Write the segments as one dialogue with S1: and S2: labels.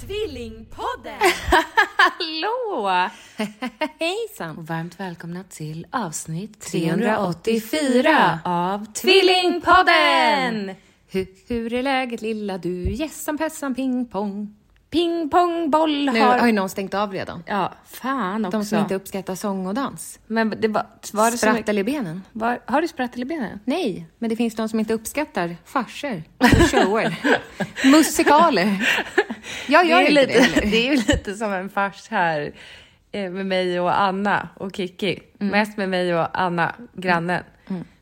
S1: Tvillingpodden!
S2: Hallå! Hejsan! Och varmt välkomna till avsnitt 384 av Tvillingpodden! Hur, hur är läget lilla du? Gässan, pessan, ping pong.
S1: Ping pong boll
S2: Nu
S1: har...
S2: har ju någon stängt av redan.
S1: Ja, fan också.
S2: De som inte uppskattar sång och dans.
S1: Men det var... var det som-
S2: Sprattel i benen.
S1: Var, har du sprattel i benen?
S2: Nej, men det finns de som inte uppskattar farser och shower. Musikaler. Jag gör
S1: det, är
S2: inte det
S1: lite,
S2: heller.
S1: det är ju lite som en fars här eh, med mig och Anna och Kiki.
S2: Mm.
S1: Mest med mig och Anna, grannen.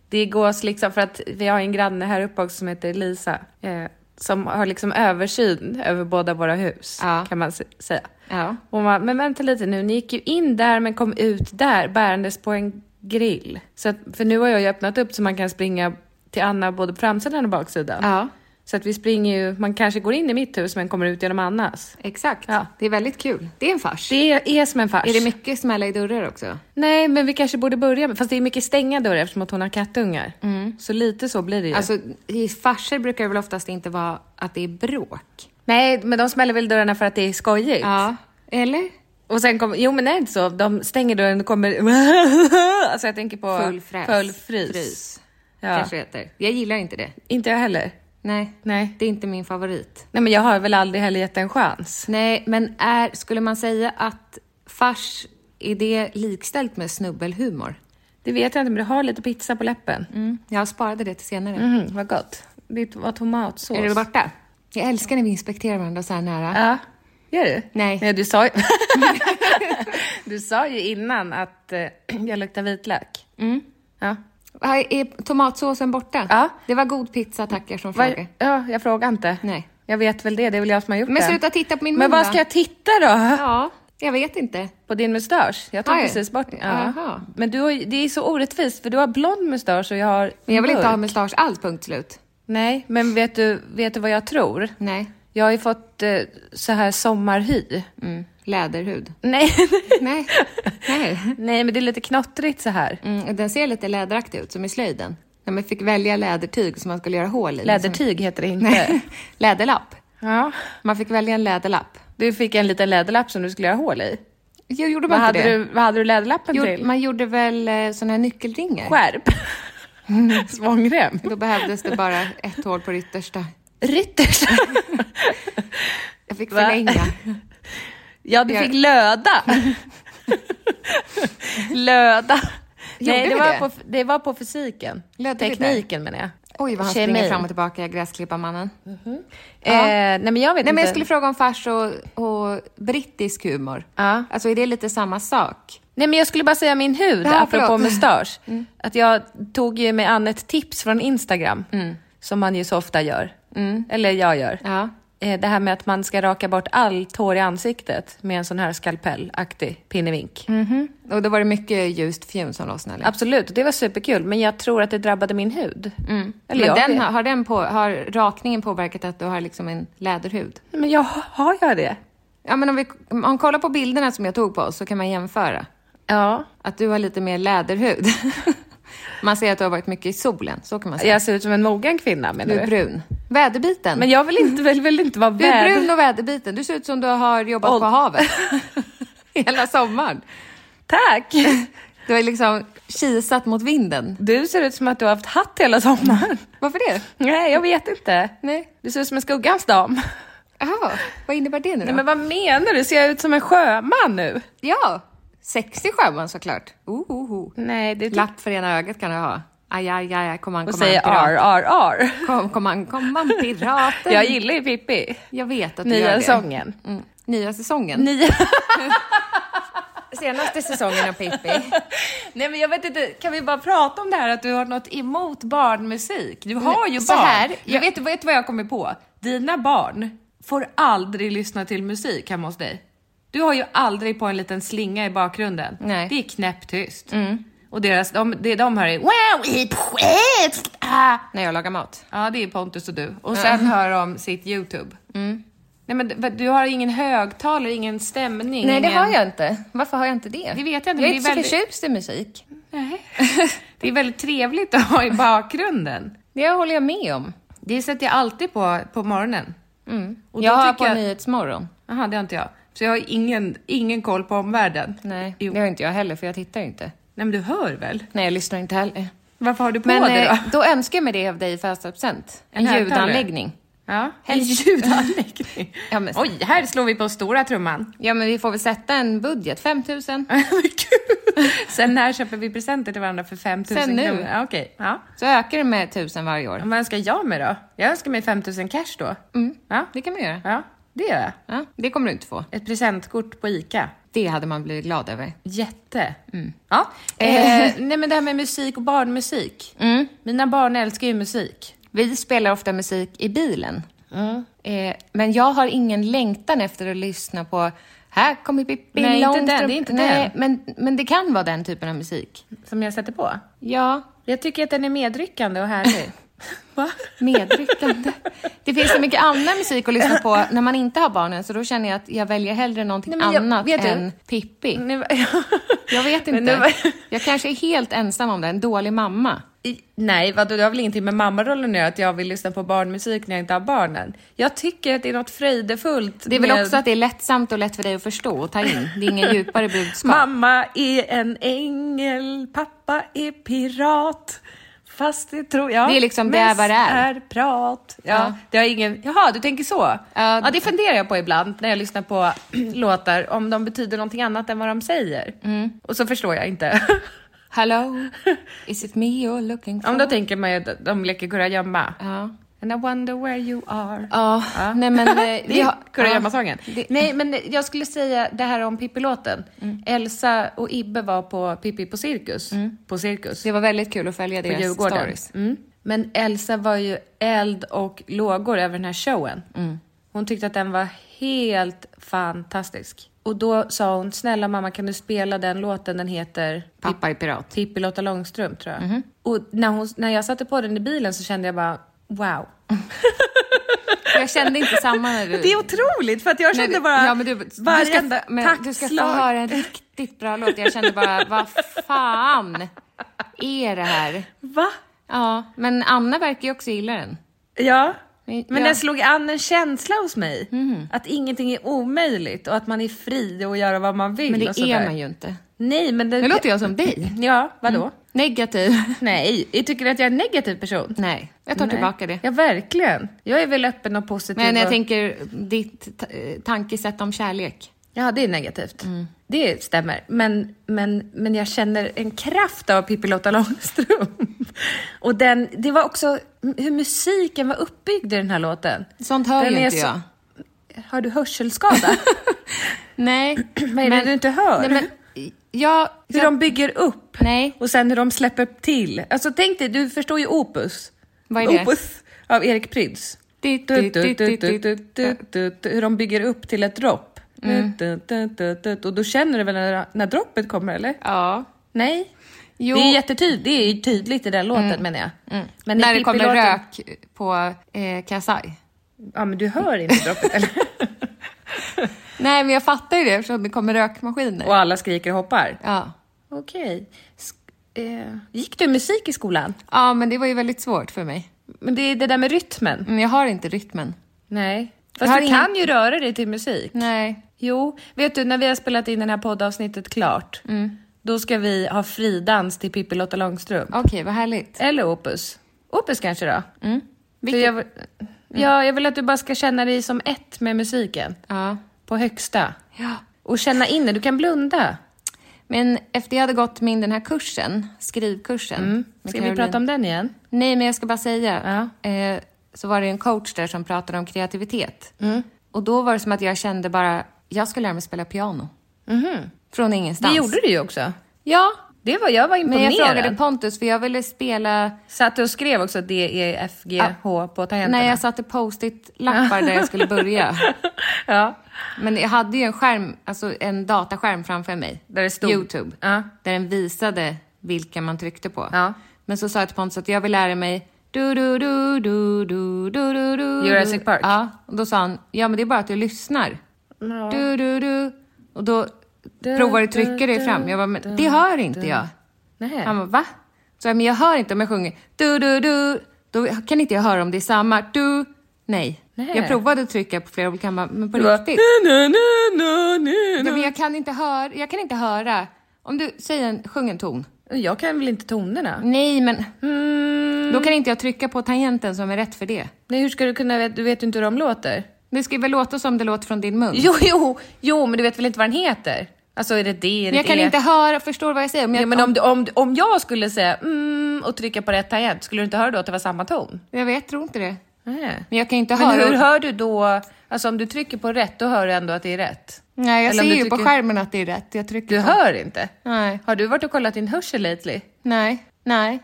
S1: Det gås liksom för att vi har en granne här uppe också som heter Lisa. Eh, som har liksom översyn över båda våra hus,
S2: Ja.
S1: kan man se- säga.
S2: Ja.
S1: Och man, men vänta lite nu, ni gick ju in där men kom ut där bärandes på en grill. Så att, för nu har jag ju öppnat upp så man kan springa till Anna både på framsidan och baksidan.
S2: Ja.
S1: Så att vi springer ju, man kanske går in i mitt hus men kommer ut genom Annas.
S2: Exakt.
S1: Ja.
S2: Det är väldigt kul. Det är en fars.
S1: Det är, är som en fars.
S2: Är det mycket smälla i dörrar också?
S1: Nej, men vi kanske borde börja med, fast det är mycket stänga dörrar eftersom att hon har kattungar. Så lite så blir det ju.
S2: Mm. Alltså, i farser brukar det väl oftast inte vara att det är bråk?
S1: nej, men de smäller väl dörrarna för att det är skojigt.
S2: Ja, eller?
S1: Och sen kommer, jo men nej inte så, de stänger dörren och kommer, alltså jag tänker på
S2: Full fräs.
S1: Full frys.
S2: Frys.
S1: Ja.
S2: Kanske det heter. Jag gillar inte det.
S1: Inte jag heller.
S2: Nej.
S1: Nej.
S2: Det är inte min favorit.
S1: Nej men jag har väl aldrig heller gett en chans.
S2: Nej, men är, skulle man säga att fars, är det likställt med snubbelhumor?
S1: Det vet jag inte men du har lite pizza på läppen.
S2: Mm. Jag sparade det till senare.
S1: Mm, vad gott. Det var tomatsås.
S2: Är det borta? Jag älskar när vi inspekterar varandra så här nära.
S1: Ja. Gör du?
S2: Nej.
S1: du sa ju... du sa ju innan att eh, jag luktar vitlök.
S2: Mm.
S1: Ja.
S2: Här Är tomatsåsen borta?
S1: Ja.
S2: Det var god pizza, tackar som
S1: Var-
S2: frågar.
S1: ja, jag frågar inte.
S2: Nej.
S1: Jag vet väl det, det är väl jag som har gjort
S2: Men
S1: det.
S2: sluta titta på min
S1: Men
S2: mun,
S1: vad
S2: va?
S1: ska jag titta då?
S2: Ja, jag vet inte.
S1: På din mustasch? Jag tog
S2: Har jag?
S1: precis bort den. Ja.
S2: Ah, Jaha.
S1: Men du har, ju- det är så orättvist för du har blond mustasch och jag har
S2: Men jag vill inte
S1: mörk.
S2: ha mustasch alls, punkt slut.
S1: Nej, men vet du, vet du vad jag tror?
S2: Nej.
S1: Jag har ju fått eh, så här sommarhy.
S2: Mm. Läderhud.
S1: Nej.
S2: Nej. Nej.
S1: Nej, men det är lite knottrigt så här.
S2: Mm, och den ser lite läderaktig ut, som i slöjden. När man fick välja lädertyg som man skulle göra hål i. liksom.
S1: Lädertyg heter det inte.
S2: Nej. Läderlapp.
S1: Ja.
S2: Man fick välja en läderlapp.
S1: Du fick en liten läderlapp som du skulle göra hål i.
S2: Jo, gjorde
S1: Vad
S2: man
S1: hade,
S2: inte det?
S1: du, vad hade du läderlappen
S2: Gjorde-
S1: till?
S2: man gjorde väl eh, såna här nyckelringar?
S1: Skärp. Svångrem.
S2: Då behövdes det bara ett hål på det yttersta.
S1: Rytters.
S2: Jag fick
S1: Va?
S2: förlänga.
S1: Ja, du
S2: Jag-
S1: fick löda. löda.
S2: Gjorde
S1: Nej, det
S2: vi
S1: var,
S2: det?
S1: På, det var på fysiken.
S2: Lödde vi
S1: Tekniken menar jag.
S2: Oj, vad han
S1: Kemin.
S2: springer fram och tillbaka, gräsklipparmannen.
S1: Eh, nej, men jag vet
S2: Nej,
S1: inte.
S2: men jag skulle fråga om fars och, och brittisk humor.
S1: Ja.
S2: Alltså, är det lite samma sak?
S1: Nej, men jag skulle bara säga min hud,
S2: Ja,
S1: apropå
S2: förlåt. Mm.
S1: mustasch. Att jag tog ju med an ett tips från Instagram, som man ju så ofta gör. Eller jag gör.
S2: Mm. Ja.
S1: Eh, Det här med att man ska raka bort allt hår i ansiktet med en sån här skalpellaktig pinnevink.
S2: Mm. Och då var det mycket ljust fjun som lossnade? eller?
S1: Absolut, och det var superkul. Men jag tror att det drabbade min hud. Eller
S2: Mm. Men
S1: jag
S2: den,
S1: vet.
S2: har, har, den på, har rakningen påverkat att du har liksom en läderhud?
S1: Men jag, har jag det?
S2: Ja, men om vi om man kollar på bilderna som jag tog på oss så kan man jämföra.
S1: Ja.
S2: Att du har lite mer läderhud. man ser att du har varit mycket i solen, så kan man säga.
S1: Jag ser ut som en mogen kvinna menar
S2: Du
S1: du?
S2: är brun. Väderbiten.
S1: Men jag vill inte, vill, vill inte vara
S2: du är
S1: värd.
S2: brun och väderbiten. Du ser ut som du har jobbat
S1: Åld-
S2: på havet. hela sommaren.
S1: Tack!
S2: Du har liksom kisat mot vinden.
S1: Du ser ut som att du har haft hatt hela sommaren.
S2: Varför det?
S1: Nej, jag vet inte.
S2: Nej.
S1: Du ser ut som en skuggans dam.
S2: Jaha, vad innebär det nu då?
S1: Nej, men vad menar du? Ser jag ut som en sjöman nu?
S2: Ja, sexig sjöman såklart. Ohoho.
S1: Nej, det tycker
S2: Lapp för ena ögat kan du ha. Aj, aj, aj, aj. kom an,
S1: Och
S2: kom an,
S1: säger
S2: pirat.
S1: ar, ar, ar.
S2: Kom, kom an, kom an, piraten.
S1: Jag gillar ju Pippi.
S2: Jag vet att du gör
S1: Nya
S2: det.
S1: sången.
S2: Mm. Nya säsongen.
S1: Nya...
S2: Senaste säsongen av Pippi.
S1: Nej men jag vet inte, kan vi bara prata om det här att du har något emot barnmusik? Du har ju
S2: Så
S1: barn.
S2: här,
S1: jag vet, vet du vad jag kommer på? Dina barn får aldrig lyssna till musik hemma hos dig. Du har ju aldrig på en liten slinga i bakgrunden.
S2: Nej.
S1: Det är knäpptyst. Och deras, de, det de hör är wow, hip, hip, ah.
S2: När jag lagar mat.
S1: Ja, det är Pontus och du. Och sen hör de sitt YouTube. Nej men d- du har ingen högtalare, ingen stämning.
S2: Nej, det
S1: ingen...
S2: har jag inte. Varför har jag inte det?
S1: Det vet jag inte, men det är
S2: Jag är inte så
S1: väldigt-
S2: förtjust i musik.
S1: Nej. Det är väldigt trevligt att ha i bakgrunden.
S2: Det håller jag med om.
S1: Det sätter jag alltid på på morgonen. Och då
S2: Mm. jag har
S1: tycker
S2: på
S1: jag-
S2: Nyhetsmorgon.
S1: Jaha, det har inte jag. Så jag har ingen, ingen koll på omvärlden.
S2: Nej,
S1: Jo.
S2: det har inte jag heller för jag tittar inte.
S1: Nej, men du hör väl?
S2: Nej, jag lyssnar inte heller.
S1: Varför har du på
S2: Men
S1: det
S2: eh,
S1: då?
S2: då önskar jag mig det av dig i födelsedagspresent. En,
S1: En högtalare.
S2: ljudanläggning.
S1: Ja, en ljudanläggning.
S2: Ja, men-
S1: Oj, här slår vi på stora trumman.
S2: Ja, men vi får väl sätta en budget. 5 000.
S1: Men gud. Sen när köper vi presenter till varandra för 5 000
S2: Sen nu.
S1: kronor? Ja, Okej. Ja.
S2: Så ökar det med 1000 varje år.
S1: Men Vad önskar jag mig då? Jag önskar mig 5 000 cash då. Mm. Ja.
S2: Det kan man göra.
S1: ja, det gör jag.
S2: Mm. Ja, det kommer du inte få.
S1: Ett presentkort på ICA.
S2: Det hade man blivit glad över.
S1: Jätte.
S2: Mm.
S1: Ja. Eh, nej men det här med musik och barnmusik.
S2: Mm.
S1: Mina barn älskar ju musik.
S2: Vi spelar ofta musik i bilen.
S1: Mm.
S2: Eh, men jag har ingen längtan efter att lyssna på Här kommer Pippi
S1: Nej, inte
S2: Långstrump.
S1: den, det är inte
S2: Nej, Men, men det kan vara den typen av musik.
S1: Som jag sätter på.
S2: Ja,
S1: Jag tycker att den är medryckande och härlig. Va?
S2: medryckande. det finns så mycket annan musik att lyssna på när man inte har barnen, så då känner jag att jag väljer hellre någonting
S1: Nej, men jag-
S2: annat
S1: vet du?
S2: än Pippi.
S1: Nu,
S2: Jag vet
S1: Men
S2: inte.
S1: nu-
S2: Jag kanske är helt ensam om det, en dålig mamma.
S1: I- Nej, vadå, det har väl ingenting med mammarollen att göra att jag vill lyssna på barnmusik när jag inte har barnen. Jag tycker att det är något fröjdefullt.
S2: Det är väl
S1: med-
S2: också att det är lättsamt och lätt för dig att förstå och ta in. Det är ingen djupare budskap.
S1: Mamma är en ängel, pappa är pirat. Fast det tror jag.
S2: Det är liksom det är vad det är.
S1: Mest är prat. Ja,
S2: Ja.
S1: Det har ingen... Jaha, du tänker så?
S2: Ja.
S1: ja, det funderar jag på ibland när jag lyssnar på låtar, om de betyder någonting annat än vad de säger.
S2: Mm.
S1: Och så förstår jag inte.
S2: Hello, is it me you're looking for?
S1: om då tänker man ju att de leker kurragömma.
S2: Ja.
S1: And I wonder where you are.
S2: Ja, nej men... eh, vi
S1: Det är
S2: har-
S1: Kurragömma-sången.
S2: Ja, det-
S1: Nej, men jag skulle säga det här om Pippi-låten.
S2: Mm.
S1: Elsa och Ibbe var på Pippi på Cirkus. På Cirkus.
S2: Det var väldigt kul att följa
S1: på
S2: deras
S1: Djurgården.
S2: stories.
S1: Mm. Men Elsa var ju eld och lågor över den här showen.
S2: Mm.
S1: Hon tyckte att den var helt fantastisk. Och då sa hon, snälla mamma kan du spela den låten, den heter
S2: Pappa Mm-hmm. är pirat.
S1: Pippi-Lotta Långstrump tror jag. Och när, hon, när jag satte på den i bilen så kände jag bara, wow.
S2: Jag kände inte samma när du...
S1: Det är otroligt för att jag
S2: när
S1: kände
S2: du-
S1: bara
S2: ja, men du, du ska,
S1: varenda
S2: men du ska få
S1: taktslag.
S2: höra en riktigt bra låt. Jag kände bara, vad fan är det här?
S1: Va?
S2: Ja, men Anna verkar ju också gilla den.
S1: Ja.
S2: Men-
S1: Men
S2: ja. Mhm.
S1: den slog an en känsla hos mig. Att ingenting är omöjligt och att man är fri och göra vad man vill.
S2: Men det
S1: och
S2: är
S1: sådär.
S2: man ju inte.
S1: Nej, men det...
S2: Nu låter jag som dig.
S1: Ja, vadå?
S2: Negativ.
S1: Nej, jag tycker att jag är en negativ person?
S2: Nej, jag tar
S1: Nej.
S2: tillbaka det.
S1: Ja, verkligen. Jag är väl öppen och positiv.
S2: Men jag
S1: och...
S2: tänker ditt ta- eh, tankesätt om kärlek.
S1: Ja, det är negativt.
S2: Mm.
S1: Det stämmer. Men, men, men jag känner en kraft av Pippi-Lotta Långstrump. Och den, det var också hur musiken var uppbyggd i den här låten.
S2: Sånt hör
S1: Den
S2: ju
S1: är
S2: inte
S1: så-
S2: jag.
S1: Har du hörselskada?
S2: Nej.
S1: Vad är det du inte hör?
S2: Nej, men, jag,
S1: Hur
S2: jag,
S1: de bygger upp
S2: Nej.
S1: och sen hur de släpper till. Alltså tänk dig, du förstår ju Opus.
S2: Vad är det?
S1: Opus av Erik Prydz.
S2: Du,
S1: Du, du, du,
S2: du, Mm.
S1: du, du, du, du, du, Hur de bygger upp till ett dropp. Du, du, du, du, du. Och då känner du väl när, när droppet kommer eller?
S2: Ja.
S1: Nej?
S2: Jo. Mm.
S1: Det är jättetydligt, det är ju tydligt i den låten menar jag. Men i
S2: när det kommer
S1: Pippi-låten-
S2: rök på eh, Kasai.
S1: Ja men du hör inte droppet eller?
S2: Nej, men jag fattar ju det eftersom det kommer rökmaskiner.
S1: Och alla skriker och hoppar.
S2: Ja.
S1: Okej. Sk- eh, gick du musik i skolan?
S2: ja, men det var ju väldigt svårt för mig.
S1: Men det är det där med rytmen.
S2: Men jag har inte rytmen.
S1: Nej.
S2: Mm. Jag
S1: Fast
S2: har
S1: du
S2: ingen-
S1: kan ju röra dig till musik.
S2: Nej.
S1: Jo, vet du när vi har spelat in det här poddavsnittet klart,
S2: Mm.
S1: då ska vi ha fridans till Pippi-Lotta Långstrump.
S2: Okej, vad härligt.
S1: Eller Opus. Opus kanske då?
S2: Mm.
S1: För jag, vill- ja, jag vill att du bara ska känna dig som ett med musiken.
S2: Ja.
S1: På högsta.
S2: ja.
S1: Och känna in det, du kan blunda.
S2: Men efter jag hade gått min den här kursen, skrivkursen. med
S1: Mm. Ska vi
S2: Caroline-
S1: prata om den igen?
S2: Nej, men jag ska bara säga. Eh, så var det en coach där som pratade om kreativitet.
S1: Mm.
S2: Och då var det som att jag kände bara, jag ska lära mig spela piano. Från ingenstans.
S1: Mhm. Det gjorde du ju också.
S2: Ja,
S1: Det var, jag var
S2: men
S1: imponerad.
S2: jag frågade Pontus för jag ville spela
S1: Satt du och skrev också D-E-F-G-H på tangenterna?
S2: när jag satte post-it-lappar där jag skulle börja.
S1: Ja.
S2: Men jag hade ju en skärm, alltså en dataskärm framför mig.
S1: Där det stod-
S2: Youtube.
S1: Ja.
S2: Där den visade vilka man tryckte på.
S1: Ja.
S2: Men så sa jag till Pontus att jag vill lära mig du, du, du, du, du, du, du, du.
S1: Jurassic Park.
S2: Ja, och då sa han, ja men det är bara att du lyssnar. Du, du, du. Och då provade du trycka dig fram. Jag bara, men det hör inte jag.
S1: Nej.
S2: Han bara, va? Så jag, men jag hör inte om jag sjunger du, du, du. Då kan inte jag höra om det är samma. Du. Nej.
S1: Nej.
S2: Jag provade att trycka på flera olika, han bara, men på
S1: Du bara,
S2: riktigt.
S1: "Na, na, na, na, na."
S2: Ja, men jag kan inte höra. Jag kan inte höra. Om du säger en, sjung en ton.
S1: Jag kan väl inte tonerna?
S2: Nej, men
S1: Mm.
S2: då kan inte jag trycka på tangenten som är rätt för det.
S1: Nej, hur ska du kunna veta? Du vet ju inte hur de låter.
S2: Det ska ju väl låta som det låter från din mun.
S1: Jo, jo, jo, men du vet väl inte vad den heter? Alltså är det D? Är det
S2: men jag kan
S1: E?
S2: inte höra. Förstår vad jag säger? Om jag,
S1: Ja, men om, du, om, du- om jag skulle säga mm och trycka på rätt tangent, skulle du inte höra då att det var samma ton?
S2: jag vet, tror inte det.
S1: Nej.
S2: Men jag kan inte
S1: Men
S2: höra.
S1: hur hör du då? Alltså om du trycker på rätt, då hör du ändå att det är rätt.
S2: Nej, jag
S1: Eller om
S2: ser
S1: du
S2: ju på
S1: trycker-
S2: skärmen att det är rätt. Jag trycker
S1: Du
S2: på.
S1: hör inte?
S2: Nej.
S1: Har du varit och kollat din hörsel lately?
S2: Nej. Nej.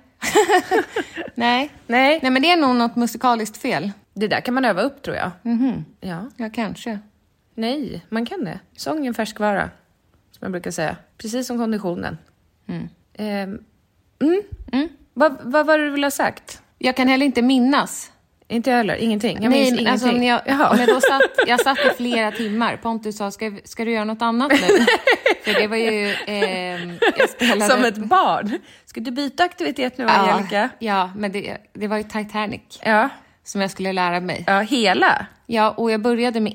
S2: Nej.
S1: Nej.
S2: Nej, men det är nog något musikaliskt fel.
S1: Det där kan man öva upp tror jag.
S2: Mhm.
S1: Ja.
S2: Ja, kanske.
S1: Nej, man kan det. Sång är en färskvara, som jag brukar säga. Precis som konditionen. Ehm, mm. Vad vad var det du ville ha sagt?
S2: Jag kan heller inte minnas.
S1: Inte jag heller, ingenting. Jag
S2: Nej,
S1: minns
S2: men
S1: ingenting.
S2: alltså, när jag,
S1: Jaha.
S2: om jag, då satt, jag satt i flera timmar. Pontus sa, ska, ska du göra något annat nu? För det var ju... ehm, jag spelade...
S1: Som ett barn. Ska du byta aktivitet nu,
S2: ja,
S1: Angelica?
S2: ja, men det, det var ju Titanic
S1: Ja.
S2: som jag skulle lära mig.
S1: ja, hela.
S2: Ja, och jag började med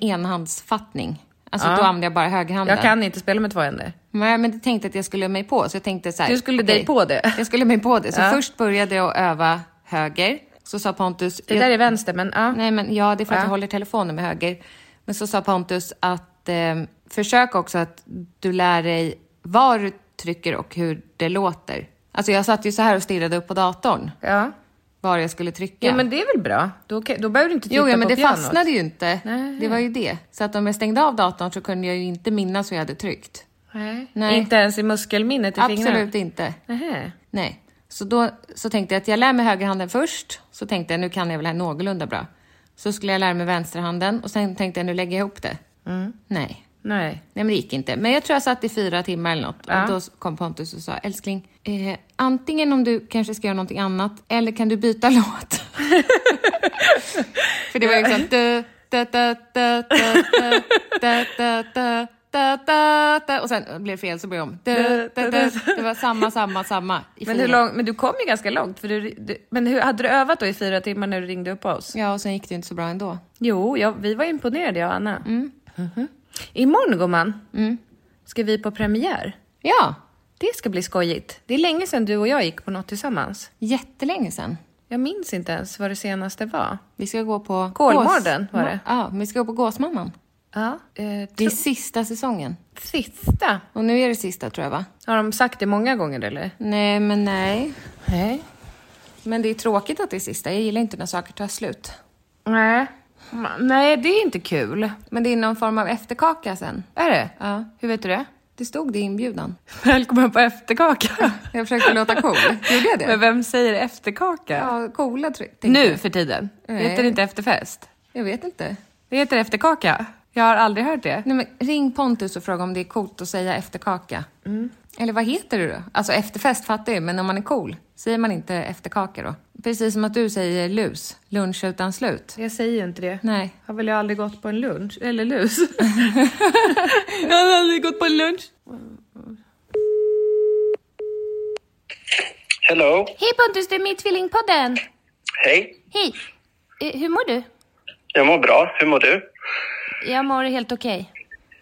S2: enhandsfattning. Alltså då använde jag bara högerhanden.
S1: Jag kan inte spela med två händer.
S2: Men, men det tänkte jag att jag skulle ge mig på, så jag tänkte så här...
S1: Du skulle
S2: okej.
S1: dig på det.
S2: Jag skulle mig på det. Så först började jag öva höger. Så sa Pontus...
S1: Det där är vänster, men ja.
S2: Nej, men ja, det är för att jag håller telefonen med höger. Men så sa Pontus att eh, försök också att du lär dig var du trycker och hur det låter. Alltså jag satt ju så här och stirrade upp på datorn
S1: ja.
S2: var jag skulle trycka.
S1: Jo, men det är väl bra. Då, kan- då behöver du inte titta
S2: Jo, ja, men
S1: på
S2: det
S1: pianot.
S2: fastnade ju inte.
S1: Nej.
S2: Det var ju det. Så att om jag stängde av datorn så kunde jag ju inte minnas hur jag hade tryckt.
S1: Nej.
S2: Nej.
S1: Inte ens i muskelminnet i fingrarna?
S2: Absolut inte.
S1: Nähä.
S2: Nej. Så då så tänkte jag att jag lär mig högerhanden först. Så tänkte jag, nu kan jag väl här någorlunda bra. Så skulle jag lära mig vänsterhanden och sen tänkte jag, nu lägger jag ihop det. Nej.
S1: Nej.
S2: Nej, men det gick inte. Men jag tror jag satt i fyra timmar eller något. Och då kom Pontus och sa, älskling, eh, antingen om du kanske ska göra någonting annat eller kan du byta låt? För det var liksom... Du, da, da, da, da, da, da, da, da. Da, da, da. Och sen blev det fel så började jag om. Du, da, da. Det var samma, samma, samma. i
S1: Men,
S2: fyra.
S1: hur lång, men du kom ju ganska långt. För du, du, men hur, hade du övat då i fyra timmar när du ringde upp oss?
S2: Ja, och sen gick det inte så bra ändå.
S1: Jo, jag, vi var imponerade jag och Anna. Mm. Imorgon gumman,
S2: Mm.
S1: ska vi på premiär.
S2: Ja,
S1: Det ska bli skojigt. Det är länge sedan du och jag gick på något tillsammans.
S2: jättelänge sen.
S1: Jag minns inte ens vad det senaste var.
S2: Vi ska gå på...
S1: Kolmården
S2: Gås-
S1: var det.
S2: Ja, vi ska gå på Gåsmamman.
S1: Ja. Eh,
S2: Det är
S1: tro-
S2: sista säsongen.
S1: sista.
S2: Och nu är det sista tror jag va?
S1: Har de sagt det många gånger eller?
S2: Nej, men nej.
S1: Nej.
S2: Men det är tråkigt att det är sista. Jag gillar inte när saker tar slut.
S1: Nej. Ma- Nej, det är inte kul.
S2: Men det är någon form av efterkaka sen.
S1: Är det?
S2: Ja.
S1: Hur vet du det?
S2: Det stod det i inbjudan.
S1: Välkommen på efterkaka.
S2: Jag försökte låta cool. Gjorde jag det?
S1: Men vem säger efterkaka?
S2: Ja, coola tror jag. tänkte
S1: Nu
S2: jag.
S1: för tiden?
S2: Nej.
S1: Heter det inte efterfest?
S2: Jag vet inte.
S1: Det heter efterkaka. Jag har aldrig hört det.
S2: Nej, men ring Pontus och fråga om det är coolt att säga efterkaka.
S1: Mm.
S2: Eller vad heter det då? Alltså efterfest fattar jag men om man är cool, säger man inte efterkaka då? Precis som att du säger lus, lunch utan slut.
S1: Jag säger ju inte det.
S2: Nej.
S1: Har väl jag aldrig gått på en lunch? Eller lus? jag har aldrig gått på en lunch.
S3: Hello.
S4: Hej Pontus, det är med i Tvillingpodden.
S3: Hej.
S4: Hej. Eh, Hur mår du?
S3: Jag mår bra. Hur mår du?
S4: Jag mår helt okej.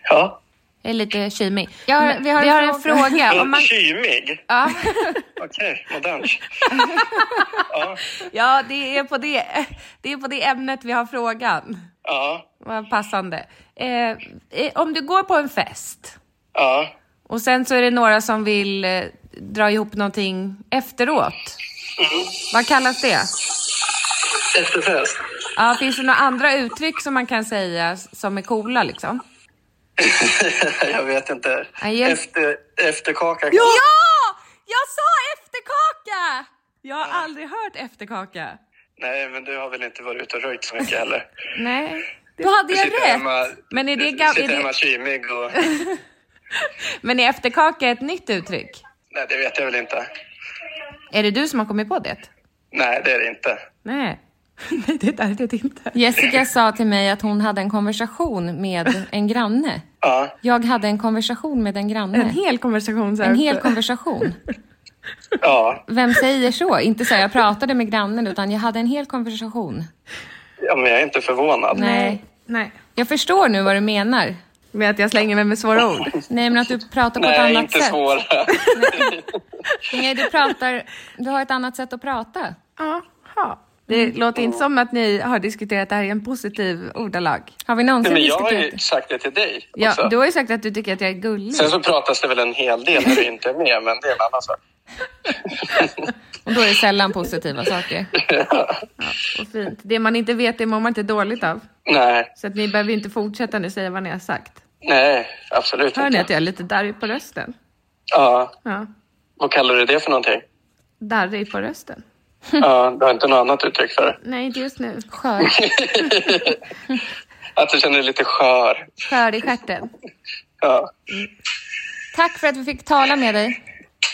S3: Ja.
S4: Jag är lite kymig.
S2: Jag har- vi har en
S4: en fråga. Om man...
S3: Kymig?
S4: ja,
S3: Okej, modernt.
S4: ja det, är på det, det är på det ämnet vi har frågan.
S3: Ja,
S4: Vad passande. Eh, eh, om du går på en fest
S3: ja,
S4: och sen så är det några som vill eh, dra ihop någonting efteråt. Vad kallas det?
S3: efterfest.
S4: Ja, finns det några andra uttryck som man kan säga s- som är coola liksom?
S3: jag vet inte.
S4: Ja, jag-
S3: Efter, efterkaka?
S4: Ja! Jag sa efterkaka! Jag har aldrig hört efterkaka.
S3: Nej, men du har väl inte varit ute och röjt så mycket heller?
S4: Nej, då hade jag
S3: Sitter hemma,
S4: rätt. Men är, det gam- är,
S3: sitter hemma
S4: det,
S3: kymig och...
S4: men är efterkaka ett nytt uttryck?
S3: Nej, det vet jag väl inte.
S4: Är det du som har kommit på det?
S3: Nej, det är det inte.
S4: Nej. Nej, det är det inte.
S2: Jessica sa till mig att hon hade en konversation med en granne.
S3: Ja,
S2: Jag hade en konversation med en granne.
S1: En hel konversation. Så här
S2: En hel
S1: uppe.
S2: konversation.
S3: ja,
S2: Vem säger så? Inte så här, jag pratade med grannen utan jag hade en hel konversation.
S3: ja men jag är inte förvånad.
S2: Nej.
S1: Nej,
S2: Jag förstår nu vad du menar.
S1: med att jag slänger mig med svåra ord.
S2: Nej men att du pratar på ett
S3: Nej,
S2: annat
S3: inte
S2: sätt.
S3: svår.
S2: Nej, du pratar, du har ett annat sätt att prata.
S1: Jaha. Det låter inte som att ni har diskuterat det här i en positiv ordalag.
S2: Har vi någonsin
S3: Nej, men jag har
S2: diskuterat
S3: ju sagt det till dig
S1: Ja,
S3: också.
S1: du har ju sagt att du tycker att jag är gullig.
S3: Alltså- Sen så pratas det väl en hel del när du inte är med, men det är en annan sak.
S2: Och då är det sällan positiva saker.
S1: Och fint. Det man inte vet, det mår man inte dåligt av.
S3: Nej,
S1: Så att ni behöver ju inte fortsätta nu säga vad ni har sagt.
S3: nej, absolut
S1: Hör ni
S3: inte.
S1: att jag är lite darrig på rösten?
S3: Ja,
S1: Ja,
S3: vad kallar du det för någonting?
S1: darrig på rösten.
S3: Ja, du har inte något annat uttryck för det?
S1: Nej, inte just nu.
S2: Skör.
S3: Att du känner dig lite skör?
S1: Skör i stjärten.
S3: Ja,
S2: Tack för att vi fick tala med dig.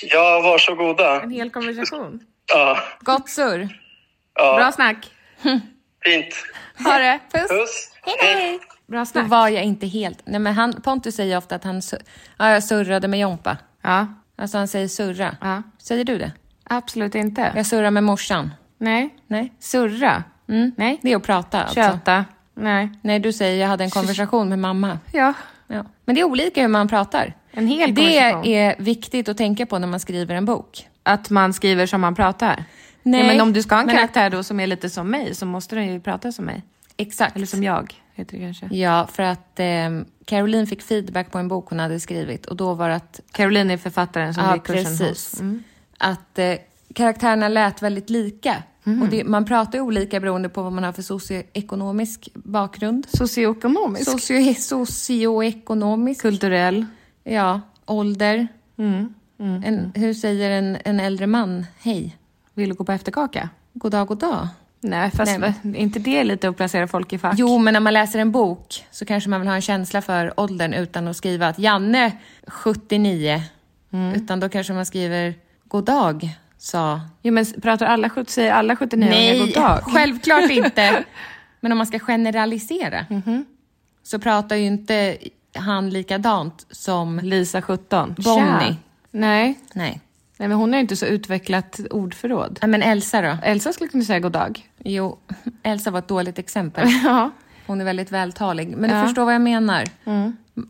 S3: ja varsågoda.
S1: En hel konversation.
S3: Ja,
S2: Gott surr.
S1: Bra snack.
S3: fint.
S1: Ha det.
S3: Puss. Hej.
S1: Bra
S2: Då
S1: snack.
S2: var jag inte helt... Nej, men han, Pontus säger ofta att han sur- ja, jag surrade med Jompa.
S1: Ja,
S2: Alltså han säger surra.
S1: Ja.
S2: Säger du det?
S1: absolut inte.
S2: Jag surrar med morsan.
S1: Nej.
S2: Nej. Mm.
S1: Surra. Nej.
S2: Det är att prata alltså.
S1: Köta. Nej.
S2: Nej, du säger jag hade en konversation med mamma.
S1: Ja.
S2: Ja. Men det är olika hur man pratar.
S1: En hel
S2: det
S1: konversation.
S2: är viktigt att tänka på när man skriver en bok.
S1: Att man skriver som man pratar.
S2: Nej.
S1: Ja, men om du ska ha en
S2: Men att-
S1: karaktär då som är lite som mig så måste den ju prata som mig.
S2: Exakt.
S1: Eller som jag, heter det kanske.
S2: Ja, för att ehm, Caroline fick feedback på en bok hon hade skrivit och då var det att
S1: Caroline är författaren som
S2: Ja,
S1: gick kursen
S2: precis.
S1: hos. Mm.
S2: Att eh, karaktärerna lät väldigt lika.
S1: Mm.
S2: Och det, man pratar ju olika beroende på vad man har för socioekonomisk bakgrund.
S1: Socioekonomisk.
S2: Socio- socioekonomisk,
S1: Kulturell.
S2: ja, ålder.
S1: Mm,
S2: En, hur säger en, en äldre man hej?
S1: Vill du gå på efterkaka?
S2: God dag, god dag.
S1: Nej, fast
S2: Nej,
S1: va- inte det är lite att placera folk i fack?
S2: Jo, men när man läser en bok så kanske man vill ha en känsla för åldern utan att skriva att Janne 79.
S1: Mm.
S2: Utan då kanske man skriver god dag sa
S1: Jo, men s- pratar alla, sjut- säger alla 79 Nej.
S2: Nej,
S1: god dag?
S2: självklart inte. Men om man ska generalisera så pratar ju inte han likadant som...
S1: Lisa 17.
S2: Bonnie.
S1: Tja. Nej.
S2: Nej.
S1: Nej, men hon har ju inte så utvecklat ordförråd.
S2: Ja, Men Elsa då?
S1: Elsa skulle kunna säga god dag.
S2: Jo, Elsa var ett dåligt exempel.
S1: Ja.
S2: Hon är väldigt vältalig. Men du förstår vad jag menar.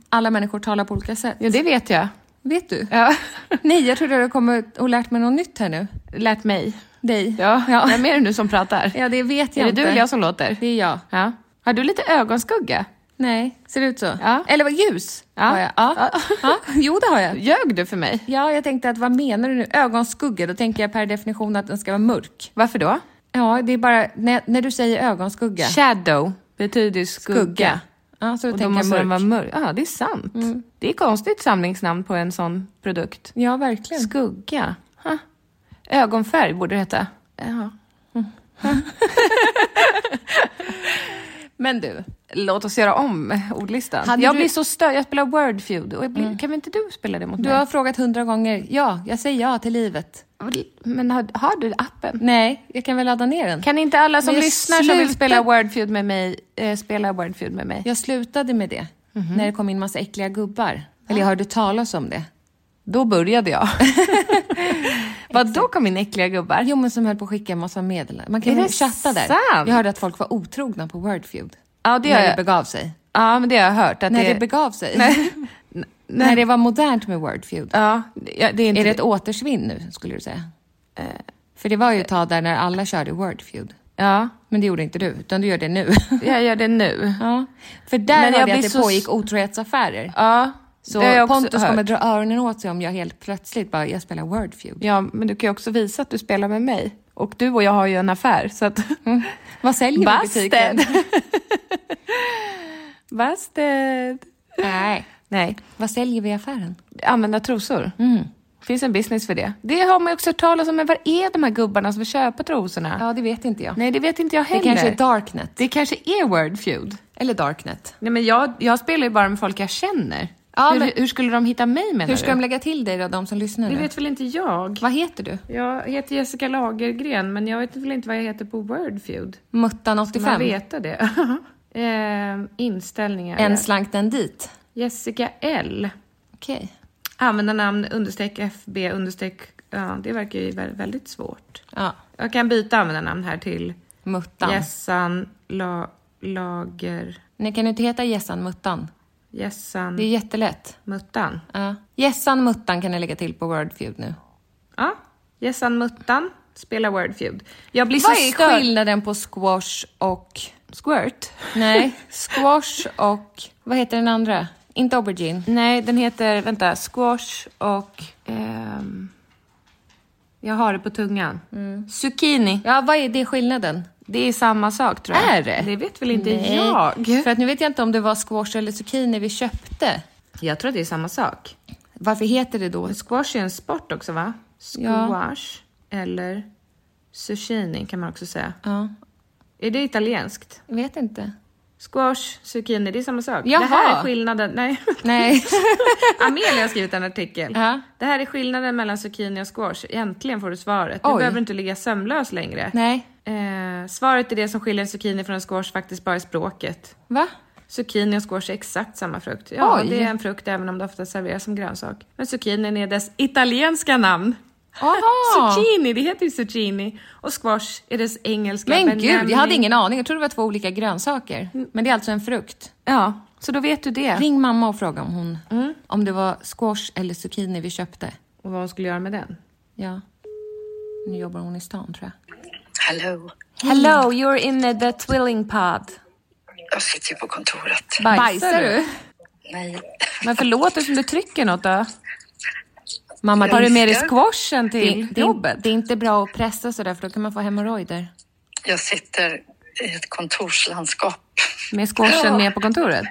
S2: Alla människor talar på olika sätt.
S1: ja, det vet jag.
S2: Vet du?
S1: Ja.
S2: Nej, jag trodde du kommer och lärt mig något nytt här nu.
S1: Lärt mig.
S2: Dig.
S1: Ja, vem är det nu som pratar?
S2: Ja, det vet jag
S1: är det
S2: inte.
S1: du eller jag som låter?
S2: Det är jag.
S1: Ja. Har du lite ögonskugga?
S2: Nej, ser det ut så?
S1: Ja.
S2: Eller vad ljus
S1: Ja.
S2: har jag. Ja.
S1: Ja.
S2: Ja. Jo, det har jag.
S1: Ljög du för mig?
S2: Ja, jag tänkte att vad menar du nu? Ögonskugga, då tänker jag per definition att den ska vara mörk.
S1: Varför då?
S2: Ja, det är bara när, när du säger ögonskugga.
S1: Shadow betyder ju skugga.
S2: Ja, så då
S1: Och då
S2: tänker jag
S1: måste
S2: mörk.
S1: den vara mörk. Ja, det Mm. är sant. Det är konstigt samlingsnamn på en sån produkt.
S2: Ja, verkligen.
S1: Skugga. Ha. Ögonfärg borde det heta.
S2: Men du,
S1: Låt oss göra om ordlistan.
S2: Hade
S1: jag
S2: du-
S1: blir så störd. Jag spelar Wordfeud. Och jag blir... Kan väl inte du spela det mot
S2: du
S1: mig?
S2: har frågat hundra gånger. Ja, jag säger ja till livet.
S1: Men har, har du appen?
S2: Nej, jag kan väl ladda ner den.
S1: Mm. Kan inte alla som
S2: Men
S1: lyssnar som vill
S2: sluta-
S1: spela Wordfeud med mig, eh, spela Wordfeud med mig?
S2: Jag slutade med det
S1: Mhm.
S2: när det kom in massa äckliga gubbar. Eller jag hörde talas om det.
S1: Ah. Då började jag. Vad då kom in äckliga gubbar?
S2: Jo, men som höll på att skicka en massa meddelanden. Man
S1: Är
S2: kan ju
S1: det
S2: chatta där.
S1: sant?
S2: Jag hörde att folk var otrogna på Wordfeud.
S1: Ja, det gör
S2: när det
S1: jag.
S2: begav sig.
S1: Ja, men det har jag hört. Att
S2: När det,
S1: det...
S2: begav sig?
S1: Nej.
S2: När det var modernt med Wordfeud?
S1: Ja, ja, det är inte...
S2: Är det ett återsvinn nu, skulle du säga? Eh, För det var ju ett tag där när alla körde Wordfeud.
S1: Ja,
S2: Men det gjorde inte du, utan du gör det nu.
S1: jag gör det nu.
S2: ja. För där
S1: Men jag
S2: hörde jag
S1: blir
S2: att det
S1: så-
S2: pågick otrohetsaffärer.
S1: Ja,
S2: Så
S1: det har jag också
S2: Pontus
S1: hört.
S2: kommer dra öronen åt sig om jag helt plötsligt bara, jag spelar Wordfeud.
S1: Ja, men du kan ju också visa att du spelar med mig. Och du och jag har ju en affär, så att...
S2: Vad säljer du i butiken?
S1: Busted! Busted!
S2: Nej.
S1: Nej,
S2: Vad säljer vi i affären?
S1: använda trosor. Finns en business för det. Det har man ju också hört talas om, men vad är de här gubbarna som vill köpa trosorna?
S2: Ja, det vet inte jag.
S1: Nej, det vet inte jag
S2: det
S1: heller.
S2: kanske är Darknet.
S1: det kanske är word feud.
S2: Eller Darknet.
S1: Nej, men jag, jag spelar ju bara med folk jag känner.
S2: Ja,
S1: hur,
S2: men-
S1: hur skulle de hitta mig menar
S2: Hur ska
S1: du?
S2: de lägga till dig då, de som lyssnar
S1: Det
S2: nu?
S1: vet väl inte jag.
S2: Vad heter du?
S1: Jag heter Jessica Lagergren, men jag vet väl inte vad jag heter på Wordfeud. Man
S2: Muttan85?
S1: veta det. Ehm, inställningar.
S2: En slank den dit?
S1: Jessica L.
S2: Okej.
S1: Användarnamn understreck FB understreck... Ja, det verkar ju vä- väldigt svårt.
S2: Ja.
S1: Jag kan byta användarnamn här till
S2: Muttan.
S1: Jessan La, Lager...
S2: Nej, kan du inte heta Jessan Muttan?
S1: Jessan
S2: Det är jättelätt.
S1: Muttan.
S2: Ja. Jessan Muttan kan jag lägga till på Wordfeud nu.
S1: Ja, Jessan Muttan spelar Wordfeud. Jag blir
S2: Vad
S1: så
S2: är
S1: störd.
S2: skillnaden på squash och...
S1: Squirt?
S2: Nej, squash och... Vad heter den andra? Inte aubergine.
S1: Nej, den heter, vänta, squash och... ehm, jag har det på tungan. Zucchini.
S2: Ja, vad är det skillnaden?
S1: Det är samma sak tror jag.
S2: Är det?
S1: Det vet väl inte
S2: Nej.
S1: jag?
S2: För att nu vet jag inte om det var squash eller zucchini vi köpte.
S1: Jag tror att det är samma sak.
S2: Varför heter det då?
S1: Men Squash är en sport också va?
S2: Ja.
S1: Squash eller zucchini kan man också säga.
S2: Ja,
S1: Är det italienskt?
S2: jag vet inte.
S1: Squash, zucchini, det är samma sak. Det
S2: Jaha.
S1: här är skillnaden. Nej.
S2: Nej.
S1: Amelia har skrivit en artikel.
S2: Ja.
S1: Det här är skillnaden mellan zucchini och squash. Äntligen får du svaret. Du
S2: Oj.
S1: behöver inte ligga sömnlös längre.
S2: Nej.
S1: Eh, svaret är det som skiljer zucchini från en squash faktiskt bara i språket.
S2: Va?
S1: Zucchini och squash är exakt samma frukt. Ja,
S2: Oj.
S1: det är en frukt även om det ofta serveras som grönsak. Men zucchinin är dess italienska namn. Ah.
S2: Aha.
S1: zucchini, det heter ju zucchini. Och squash är dess engelska
S2: Men gud,
S1: benämning.
S2: jag hade ingen aning. Jag trodde det var två olika grönsaker. Men det är alltså en frukt.
S1: Ja, så då vet du det.
S2: Ring mamma och fråga om hon...
S5: Mm.
S2: Om det var squash eller zucchini vi köpte.
S1: Och vad hon skulle göra med den.
S2: Ja. Nu jobbar hon i stan tror jag.
S5: Hallå,
S1: Hello, you're in the twilling pod.
S5: jag sitter ju på kontoret.
S1: Bajsar,
S2: Bajsar
S1: du?
S2: du?
S5: Nej,
S1: Men förlåt som du trycker något då.
S2: Mamma,
S1: Har du med dig
S5: Önskar.
S1: squashen till
S2: det,
S1: jobbet?
S2: är- det är inte bra att pressa sådär för då kan man få hemorrojder.
S5: jag sitter i ett kontorslandskap.
S1: Med squashen med på kontoret?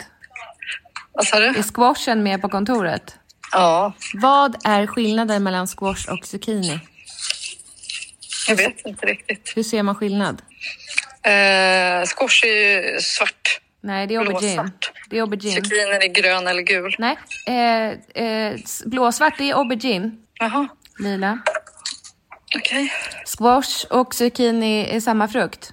S5: Vad sa du?
S1: Är squashen med på kontoret?
S5: Ja,
S2: Vad är skillnaden mellan squash och zucchini?
S5: jag vet inte riktigt.
S2: Hur ser man skillnad?
S5: Eh, squash är ju svart.
S1: Nej, det är
S5: Blå
S1: aubergine.
S5: svart.
S1: Det är aubergine.
S5: Zucchini är grön eller gul.
S1: Nej, eh, eh, s- blåsvart det är aubergine.
S5: Jaha,
S1: Lila.
S5: okej.
S1: Squash och zucchini är samma frukt.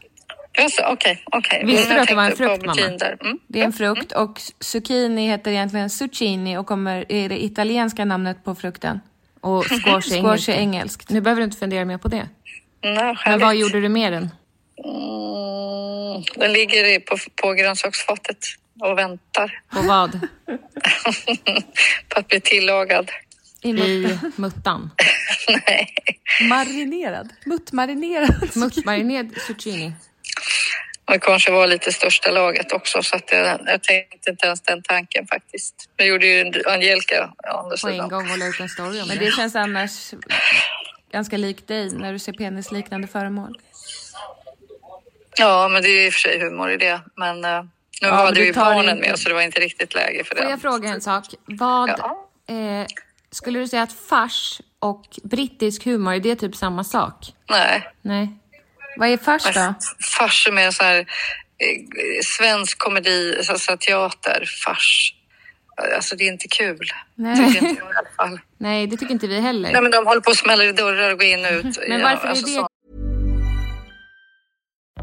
S5: Just det, Okej, okej.
S2: Visste
S5: Mm,
S2: du
S5: jag
S2: att det var en
S5: tänkte på
S2: frukt, mamma?
S5: aubergine Där. Mm.
S1: Det är en frukt och s- zucchini heter egentligen zucchini och kommer, är det italienska namnet på frukten.
S2: Och squash är
S1: Squash är
S2: engelskt.
S1: engelskt.
S2: Nu behöver du inte fundera mer på det.
S5: Nej,
S2: Men
S5: härligt.
S2: vad gjorde du med den?
S5: Mm, den ligger i- på, på grönsaksfatet och väntar
S2: På vad?
S5: på att bli tillagad.
S1: I mut-
S2: I muttan?
S5: Nej,
S1: marinerad. Muttmarinerad.
S2: Muttmarinerad zucchini.
S5: det kanske var lite största laget också så att jag, jag tänkte inte ens den tanken faktiskt. Det gjorde ju Angelica å andra
S2: På en
S5: sidan.
S2: gång och la ut en story om
S1: Men
S2: det.
S1: det känns annars ganska likt dig när du ser penisliknande föremål.
S5: Ja, men det är ju i och för sig humor i det. Men eh, nu
S1: men
S5: hade
S1: du
S5: vi ju
S1: tar
S5: barnen
S1: inte-
S5: med så det var inte riktigt läge för
S2: Får
S5: det.
S2: jag fråga en sak? Vad...
S5: Ja.
S2: Eh, skulle du säga att fars och brittisk humor, är det typ samma sak?
S5: Nej.
S2: Nej.
S1: Vad är fars då?
S5: Fars med så här eh, svensk komedi, så- så här teater, fars. Alltså det är inte kul.
S1: Nej.
S5: Tycker inte jag i alla fall.
S2: Nej, det tycker inte vi heller.
S5: Nej men de håller på och smäller i dörrar och går in och ut.
S2: Men
S5: Ja,
S2: varför är
S5: alltså
S2: det-
S5: sånt.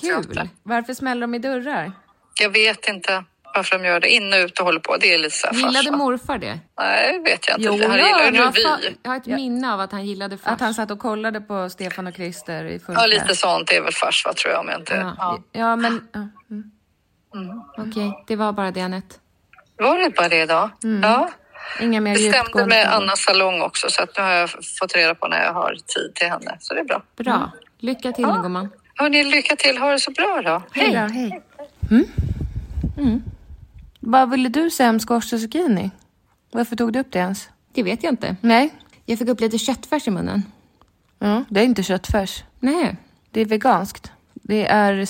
S2: Kul. Varför smäller de i dörrar?
S5: Jag vet inte varför de gör det. In och ut och håller på. Det är lite så här
S4: Gillade
S5: farsa.
S4: morfar det?
S5: Nej, vet jag inte.
S4: Jo,
S5: han
S4: ja,
S5: gillar ju
S4: jag, har
S5: revy.
S4: fa- jag har ett minne av att han gillade fars.
S2: Att han satt och kollade på Stefan och Christer i full
S5: Ja, lite sånt är väl fars, va, tror jag. Om jag inte...
S4: Ja.
S5: Ja.
S2: Ja, men... Ja.
S4: Okej, det var bara det Anette.
S5: Var det bara det idag?
S2: Mm.
S5: Ja.
S4: Inga mer
S5: Det stämde
S4: djupgående
S5: med
S4: frågor.
S5: Annas salong också, så att nu har jag fått reda på när jag har tid till henne. Så det är bra.
S4: Bra. Lycka till gumman.
S5: Hörni, lycka till. Ha det så bra då.
S2: Hej då, hej.
S1: Mm.
S2: Vad ville du säga om squash och zucchini? Varför tog du upp det ens?
S4: Det vet jag inte.
S2: Nej,
S4: Jag fick upp lite köttfärs i munnen.
S2: ja, det är inte köttfärs.
S4: Nej.
S2: Det är veganskt. Det är... eh,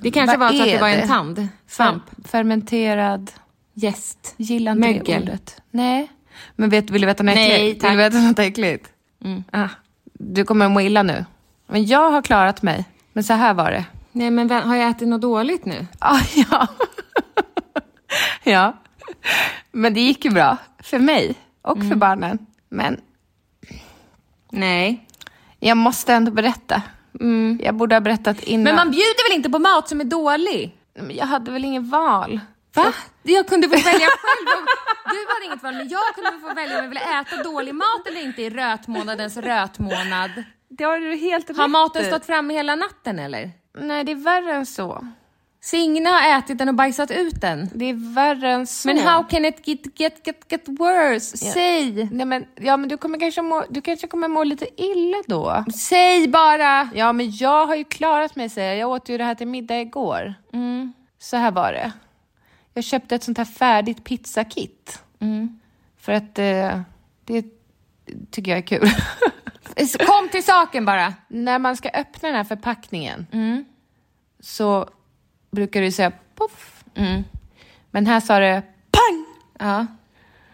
S4: Det kanske
S2: vad
S4: var så att
S2: är
S4: det var en tand. Svamp.
S2: Fer- Fermenterad...
S4: Gäst.
S2: Gillar inte det
S4: Mögel.
S2: ordet. Nej. Men vet, vill du veta något
S4: Nej,
S2: äckligt?
S4: tack.
S2: Vill du veta något äckligt?
S5: Mm.
S2: Ah, du kommer må illa nu. Men jag har klarat mig. Men så här var det.
S4: Nej men vä- har jag ätit något dåligt nu?
S2: Ah, ja. ja. Men det gick ju bra. För mig och för barnen. Men
S4: Nej.
S2: jag måste ändå berätta. Jag borde ha berättat innan.
S4: Men man bjuder väl inte på mat som är dålig?
S2: Men jag hade väl inget val.
S4: Va? Jag kunde få välja själv. om- Du hade inget val, men jag kunde få välja om jag ville äta dålig mat eller inte i rötmånadens rötmånad.
S2: Det har du helt
S4: Har
S2: rätt
S4: maten
S2: i.
S4: stått framme hela natten eller?
S2: Nej, det är värre än så.
S4: Signe har ätit den och bajsat ut den.
S2: Det är värre än så.
S4: Men how can it get, get, get, get worse? Säg!
S2: Nej, men, ja, men du, kommer kanske må, du kanske kommer må lite illa då.
S4: Säg bara!
S2: Ja, men jag har ju klarat mig säger jag. Jag åt ju det här till middag igår.
S4: Mm.
S2: Så här var det. Jag köpte ett sånt här färdigt pizzakit.
S4: Mm.
S2: För att eh, det tycker jag är kul.
S4: Kom till saken bara!
S2: När man ska öppna den här förpackningen så brukar du säga poff. Men här sa det pang!
S4: Ja,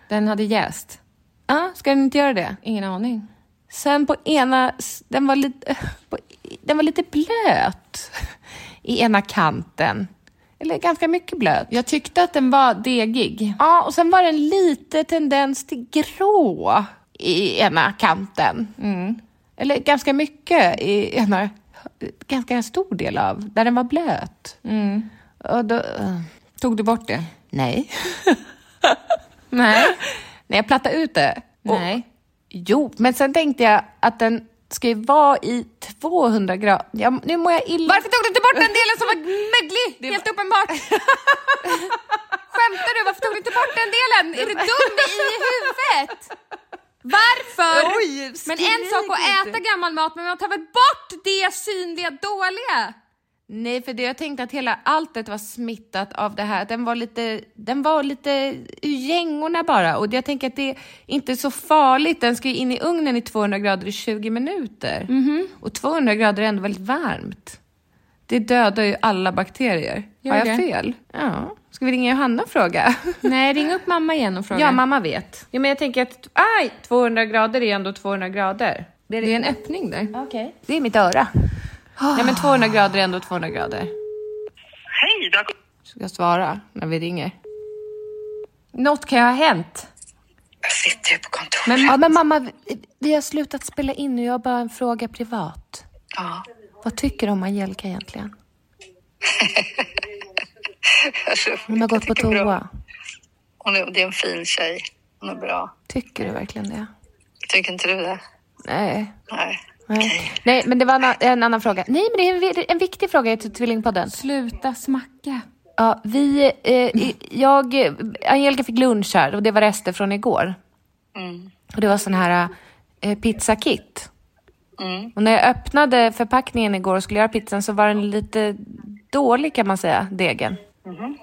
S4: den hade jäst.
S2: Ja, ska den inte göra det?
S4: Ingen aning.
S2: Sen på ena, s- den var lite, på, den var lite blöt i ena kanten. Eller ganska mycket blöt.
S4: Jag tyckte att den var degig.
S2: Ja, och sen var det en liten tendens till grå i ena kanten.
S4: Mm.
S2: Eller ganska mycket i ena, ganska stor del av, där den var blöt.
S4: Mm.
S2: Och då,
S4: eh, Tog du bort det?
S2: nej.
S4: Nej.
S2: Nej, jag plattade ut det. Och-
S4: Nej.
S2: Jo, men sen tänkte jag att den ska ju vara i 200 grader. Ja, nu mår jag illa.
S4: Varför tog du inte bort den delen som var möglig? Helt uppenbart. Skämtar du? Varför tog du inte bort den delen? Är du dum i huvudet? Varför?
S2: Oj,
S4: men en sak att äta gammal mat, men man tar väl bort det synliga dåliga?
S2: Nej, för det jag tänkte att hela alltet var smittat av det här. Den var lite, den var lite ur gängorna bara. Och jag tänker att det är inte så farligt. Den ska ju in i ugnen i 200 grader i 20 minuter. Och 200 grader är ändå väldigt varmt. Det dödar ju alla bakterier.
S4: Gör
S2: Har jag
S4: det?
S2: fel? Ja. Ska vi ringa Johanna och fråga?
S4: Nej, ring upp mamma igen och fråga.
S2: Ja, mamma vet. Ja, men jag tänker att aj, 200 grader är ändå 200 grader.
S4: det är en öppning där.
S2: Det är mitt öra. Nej, men 200 grader är ändå 200 grader.
S6: Hej, det har kommit
S2: Ska jag svara när vi ringer? Något kan ju ha hänt.
S5: Jag sitter ju på kontoret.
S4: Men, ja, men mamma, vi- vi har slutat spela in nu. Jag har bara en fråga privat.
S5: Ja.
S4: Vad tycker du om Angelica egentligen?
S5: Alltså,
S4: Hon har gått på
S5: tycker bra.
S4: toa.
S5: Hon är, det är en fin tjej. Hon är bra.
S4: Tycker du verkligen det?
S5: Tycker inte du det?
S4: Nej.
S5: Nej.
S4: Nej, Nej men det var en, a- en annan fråga. Nej, men det är en, vi- en viktig fråga till Tvillingpodden.
S2: Sluta smacka.
S4: Ja, vi, eh, i- jag, Angelica fick lunch här och det var rester från igår.
S5: Mm.
S4: Och det var sån här eh, pizzakit.
S5: Mm.
S4: Och när jag öppnade förpackningen igår och skulle göra pizzan så var den lite dålig kan man säga, degen.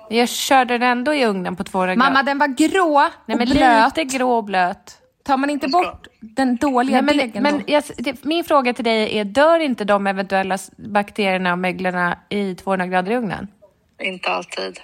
S4: Jag körde den ändå i ugnen på 200 grader.
S2: Mm-hmm. Mamma, den var grå
S4: Nej, men
S2: och blöt.
S4: lite grå och blöt.
S2: Tar man inte bort den dåliga
S4: Nej, men
S2: degen
S4: men
S2: då?
S4: jag, det, min fråga till dig är, dör inte de eventuella s- bakterierna och möglerna i 200 grader i ugnen?
S5: Inte alltid.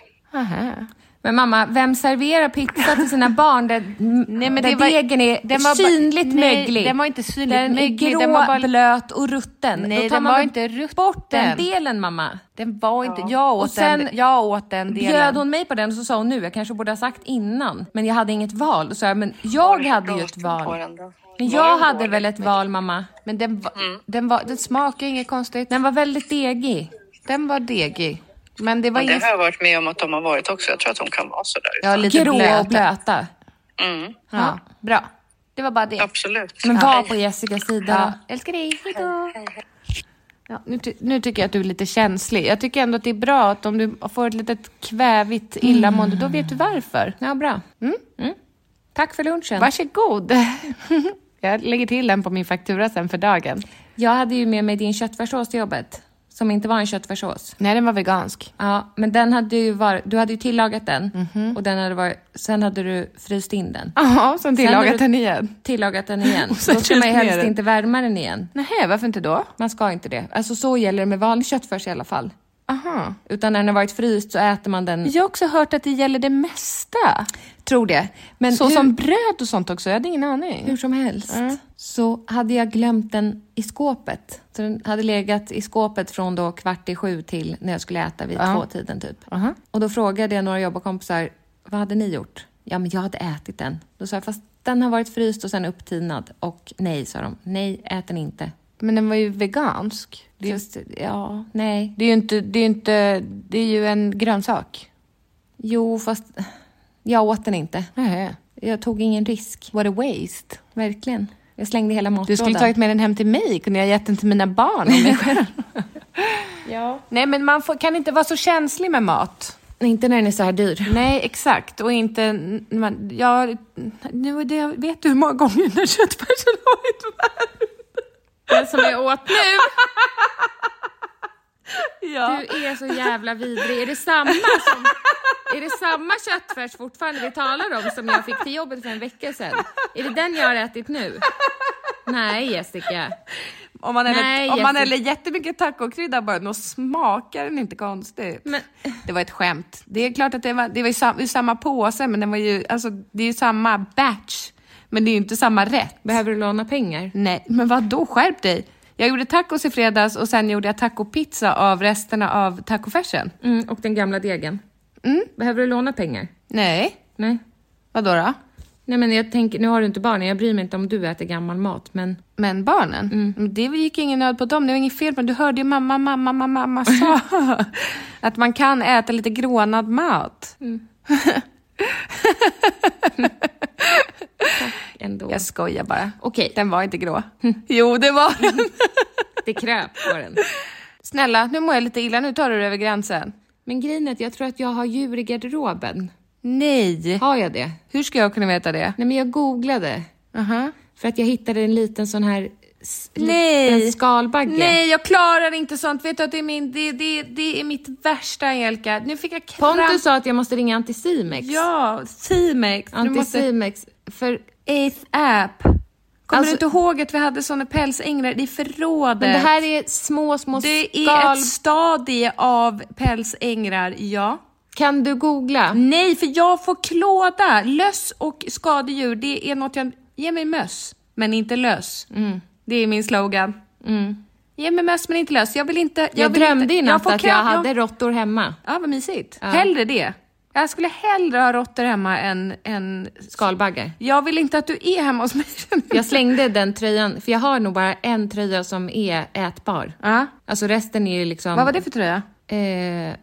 S2: Men mamma, vem serverar pizza till sina barn där,
S4: Nej, men
S2: där
S4: det var-
S2: degen är
S4: den var ba-
S2: synligt
S4: nej,
S2: möglig?
S4: den var inte synligt
S2: den
S4: möglig,
S2: Är grå,
S4: den var bara-
S2: blöt och rutten.
S4: Nej,
S2: Då tar
S4: den
S2: man
S4: var
S2: väl
S4: inte rutten.
S2: bort den delen mamma.
S4: Den var inte... Jag, åt
S2: Och sen
S4: den, jag åt den delen.
S2: Bjöd hon mig på den och så sa hon nu, jag kanske borde ha sagt innan, men jag hade inget val. Då sa jag, men jag hade ju ett
S5: På
S2: val.
S5: den då.
S2: Men
S5: Var
S2: jag
S5: den
S2: hade
S5: dålig?
S2: väl ett val mamma.
S4: Men den, var,
S5: Mm.
S4: den, var, den smakade inget konstigt.
S2: Den var väldigt degig.
S4: Den var degig. Men det var
S5: Men det
S4: inget...
S5: har jag varit med om att de har varit också. Jag tror att de kan vara sådär.
S4: Ja, lite
S2: Grå och
S4: blöt.
S2: blöta.
S5: Mm,
S4: Ja, bra. Det var bara det.
S5: absolut.
S2: Men var på Jessicas sida.
S4: Ja, älskar dig. Hejdå. Ja, nu, ty- nu tycker jag att du är lite känslig. Jag tycker ändå att det är bra att om du får ett litet kvävigt illamående, då vet du varför.
S2: Ja, bra. Mm. Tack för lunchen.
S4: Varsågod. Jag lägger till den på min faktura sen för dagen.
S2: Jag hade ju med mig din köttfärssås till jobbet, som inte var en köttfärssås.
S4: Nej, den var vegansk.
S2: Ja, men den hade ju var, du hade ju tillagat den och den hade varit, sen hade du fryst in den.
S4: Mhm. Ja, sen
S2: Sen har
S4: tillagat
S2: du-
S4: den igen.
S2: Tillagat den igen.
S4: Och sen
S2: Då ska man ju
S4: fryst ner
S2: helst
S4: den.
S2: inte värma den igen.
S4: Nej, varför inte då?
S2: Man ska inte det. Alltså så gäller det med vanlig köttfärs i alla fall.
S4: Aha.
S2: Utan när den har varit fryst så äter man den.
S4: Jag har också hört att det gäller det mesta.
S2: tror det. Men
S4: så
S2: hur,
S4: som bröd och sånt också. Jag hade ingen aning.
S2: hur som helst så hade jag glömt den i skåpet. Så den hade legat i skåpet från då kvart i sju till när jag skulle äta vid tvåtiden typ.
S4: Aha.
S2: Och då frågade jag några jobbarkompisar, vad hade ni gjort? Ja, men jag hade ätit den. Då sa jag, fast den har varit fryst och sen upptinad. Och nej, sa de. Nej, ät den inte.
S4: Men den var ju vegansk. Det är,
S2: Just, ja, nej.
S4: det är ju inte, det är ju inte, det är ju en grönsak.
S2: Jo, fast jag åt den inte.
S4: Nej.
S2: Jag tog ingen risk.
S4: What a waste.
S2: Verkligen. Jag slängde hela matlådan.
S4: Du skulle tagit med den hem till mig. Kunde jag gett den till mina barn om mig själv? ja. Nej, men man får, kan inte vara så känslig med mat.
S2: Inte när den är så här dyr.
S4: Nej, exakt. Och inte... n- Man, jag, nu är det, jag vet du hur många gånger den köttfärsen har varit värd?
S2: Den som jag åt nu.
S4: Ja.
S2: Du är så jävla vidrig. Är det samma, som, är det samma köttfärs fortfarande vi talar om som jag fick till jobbet för en vecka sedan? Är det den jag har ätit nu? Nej Jessica.
S4: Om man häller,
S2: Nej,
S4: om man
S2: Jessica.
S4: häller jättemycket tacokrydda bara, då smakar den inte konstigt.
S2: Men-
S4: Det var ett skämt. Det är klart att det var, det var ju sam, ur samma påse, men den var ju, alltså, det är ju samma batch. Men det är ju inte samma rätt.
S2: Behöver du låna pengar?
S4: Nej, men vad då skärp dig! Jag gjorde tacos i fredags och sen gjorde jag tacopizza av resterna av tacofärsen.
S2: Mm, och den gamla degen.
S4: Mm?
S2: Behöver du låna pengar?
S4: Nej,
S2: Nej.
S4: vad då? då?
S2: Nej men jag tänker, nu har du inte barn, jag bryr mig inte om du äter gammal mat men Mm.
S4: Men barnen, Men det gick ingen nöd på dem. Det var inget fel på dem. Du hörde ju mamma, mamma, mamma, mamma sa att man kan äta lite grånad mat.
S2: ändå.
S4: Jag skojar bara.
S2: Okej.
S4: Den var inte grå. Jo, det var den.
S2: Det kröp på den.
S4: Snälla, nu mår jag lite illa. Nu tar du dig över gränsen.
S2: Men grejen är att jag tror att jag har djur i garderoben.
S4: Nej!
S2: Har jag det?
S4: Hur ska jag kunna veta det?
S2: Nej men jag googlade.
S4: Aha.
S2: För att jag hittade en liten sån här s-
S4: Nej.
S2: liten skalbagge.
S4: Nej, jag klarar inte sånt. Vet du att det är, min, det, det, det är mitt värsta, Angelica. Nu fick jag kramp.
S2: Pontus sa att jag måste ringa Anticimex.
S4: Ja, Cimex. Du måste...
S2: Anticimex. För,
S4: Eighth app. Kommer
S2: Alltså-
S4: du inte ihåg att vi hade såna pälsänglar i förrådet?
S2: men det här är små, små
S4: det är
S2: skal...
S4: ett stadie av pälsängrar, ja.
S2: Kan du googla?
S4: Nej, för jag får klåda. Löss och skadedjur, det är något jag... Ge mig möss, men inte löss.
S2: Mm.
S4: Det är min slogan. Ge mig möss, men inte löss. Jag vill inte...
S2: Jag,
S4: vill
S2: drömde
S4: inte,
S2: i natt
S4: får
S2: att jag
S4: kramp,
S2: hade råttor hemma.
S4: Ja, vad mysigt. Hellre det Jag skulle hellre ha råttor hemma än, än
S2: Skalbagge.
S4: Jag vill inte att du är hemma hos mig.
S2: Jag slängde den tröjan, för jag har nog bara en tröja som är ätbar.
S4: Ja.
S2: Alltså resten är ju liksom...
S4: Vad var det för tröja?
S2: Eh,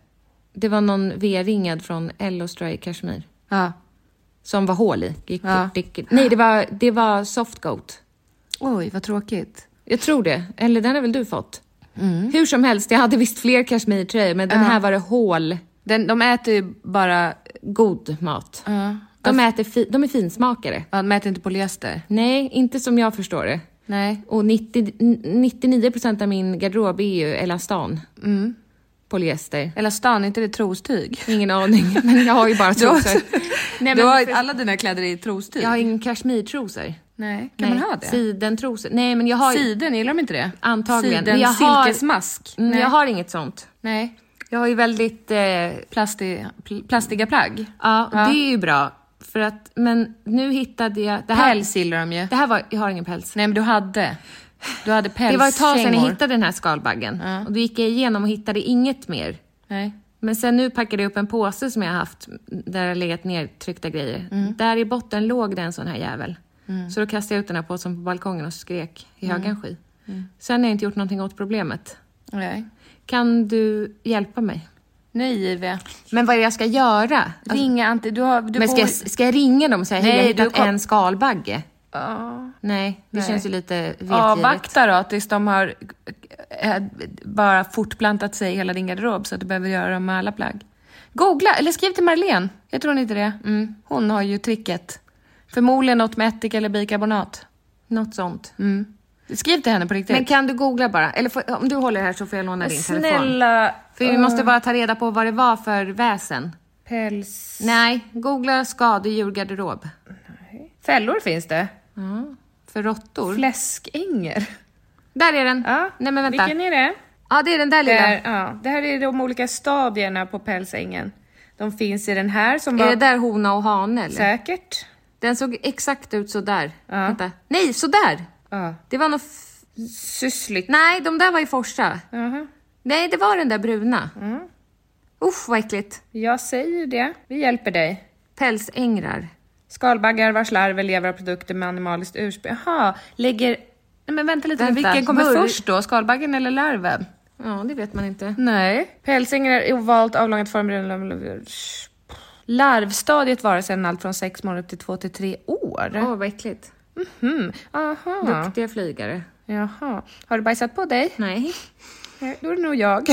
S2: det var någon V-ringad från Ellos tror jag, i Kashmir.
S4: Ja.
S2: Som var hål i. Gick,
S4: Ja.
S2: gick, nej, det var, det var soft goat.
S4: Oj, vad tråkigt.
S2: Jag tror det. Eller den har väl du fått? Hur som helst, jag hade visst fler kashmirtröjor, men den
S4: Mm. Ja.
S2: här var det hål. eh,
S4: Den, de äter ju bara...
S2: God mat.
S4: Ja.
S2: De, äter fi, de är finsmakare.
S4: Ja, de äter inte polyester.
S2: Nej, inte som jag förstår det.
S4: Nej.
S2: Och 90, 99 procent av min garderob är ju elastan.
S4: Mm.
S2: Polyester.
S4: Eller stan, är inte det trostyg?
S2: Ingen aning, men jag har ju bara
S4: Du har-
S2: trosor. Nej,
S4: du
S2: men
S4: har,
S2: för-
S4: alla dina kläder är i trostyg.
S2: Jag har ingen kashmirtrosor.
S4: Nej, kan
S2: Nej,
S4: man ha det?
S2: Sidentrosor. Nej, men jag har...
S4: Siden, gillar de inte det?
S2: Antagligen.
S4: Siden,
S2: Men jag har-
S4: silkesmask.
S2: Mm,
S4: Nej.
S2: jag har inget sånt.
S4: Nej.
S2: Jag har ju väldigt... Eh, ja,
S4: Plasti, pl- plastiga plagg. Ja.
S2: det är ju bra. För att, men nu hittade jag... Det här,
S4: Päls gillar de ju.
S2: det här var... Jag har ingen päls.
S4: Nej men du hade. Du hade pälskängor.
S2: Det var ett tag sedan jag hittade den här skalbaggen.
S4: Ja.
S2: Och då gick jag igenom och hittade inget mer.
S4: Nej.
S2: Men sen nu packade jag upp en påse som jag har haft där det har legat nedtryckta grejer. Där i botten låg det en sån här jävel. Så då kastade jag ut den här påsen på balkongen och skrek i högan sky. Sen har jag inte gjort någonting åt problemet.
S4: Nej.
S2: Kan du hjälpa mig? Alltså,
S4: Nej Jive.
S2: Men vad är det jag ska göra?
S4: Ringa Ante. Du har... Du
S2: men ska,
S4: bor...
S2: jag, ska jag ringa dem och säga hej,
S4: Nej,
S2: jag har
S4: du
S2: hittat
S4: kom-
S2: en skalbagge?
S4: Ja.
S2: Nej, det
S4: Nej.
S2: känns ju lite vetgivet.
S4: Avvakta då tills de har eh, bara fortplantat sig i hela din garderob så att du behöver göra dem med alla plagg. Googla, eller skriv till Marlene. Jag tror inte det. Mm. Hon har ju tricket. Förmodligen något med ättika eller bikarbonat.
S2: Något sånt.
S4: Skriv till henne på riktigt.
S2: Men kan du googla bara? Eller får, om du håller här så får jag låna din telefon.
S4: Snälla.
S2: För vi måste bara ta reda på vad det var för väsen.
S4: Päls...
S2: Nej, googla skadedjur garderob.
S4: Fällor finns det.
S2: Mm. För råttor.
S4: Fläskänger.
S2: där är den!
S4: Ja.
S2: Nej men vänta.
S4: Vilken är det?
S2: Ja, det är den där
S4: Det
S2: lilla.
S4: här, ja. det här är de olika stadierna på pälsängen. De finns i den här som var
S2: Är det där hona och hane eller?
S4: säkert.
S2: Den såg exakt ut sådär. Vänta. Nej, sådär!
S4: Ja.
S2: Det var nog... F-
S4: Syssligt.
S2: Nej, de där var i Forsa.
S4: Jaha.
S2: Nej, det var den där bruna. Usch, vad äckligt.
S4: Jag säger det. Vi hjälper dig.
S2: Pälsängrar.
S4: Skalbaggar vars larver lever av produkter med animaliskt ursprung. Jaha, lägger... Nej men vänta lite.
S2: Vänta.
S4: Vilken kommer
S2: Bör-
S4: först då? Skalbaggen eller larven?
S2: Ja, det vet man inte.
S4: Nej. Pälsängrar är ovalt avlångat form. Larvstadiet varar sedan allt från sex månader upp till två till tre år.
S2: Åh, vad äckligt.
S4: Mm. Aha.
S2: Duktiga flygare.
S4: Jaha. Har du bajsat på dig?
S2: Nej.
S4: Nej, Då är det nog jag.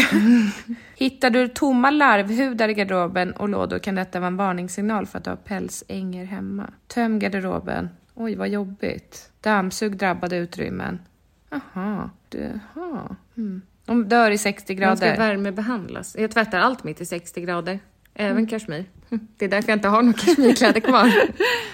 S4: Hittar du tomma larvhudar i garderoben och lådor kan detta vara en varningssignal för att du har pälsänger hemma. Töm garderoben. Oj, vad jobbigt. Dammsug drabbade utrymmen. Aha. Du, aha. Mm. De dör i 60
S2: De ska
S4: grader.
S2: värmebehandlas. Jag tvättar allt mitt i 60 grader. Även
S4: Mm.
S2: kashmir. Det är därför jag inte har några kashmirkläder kvar.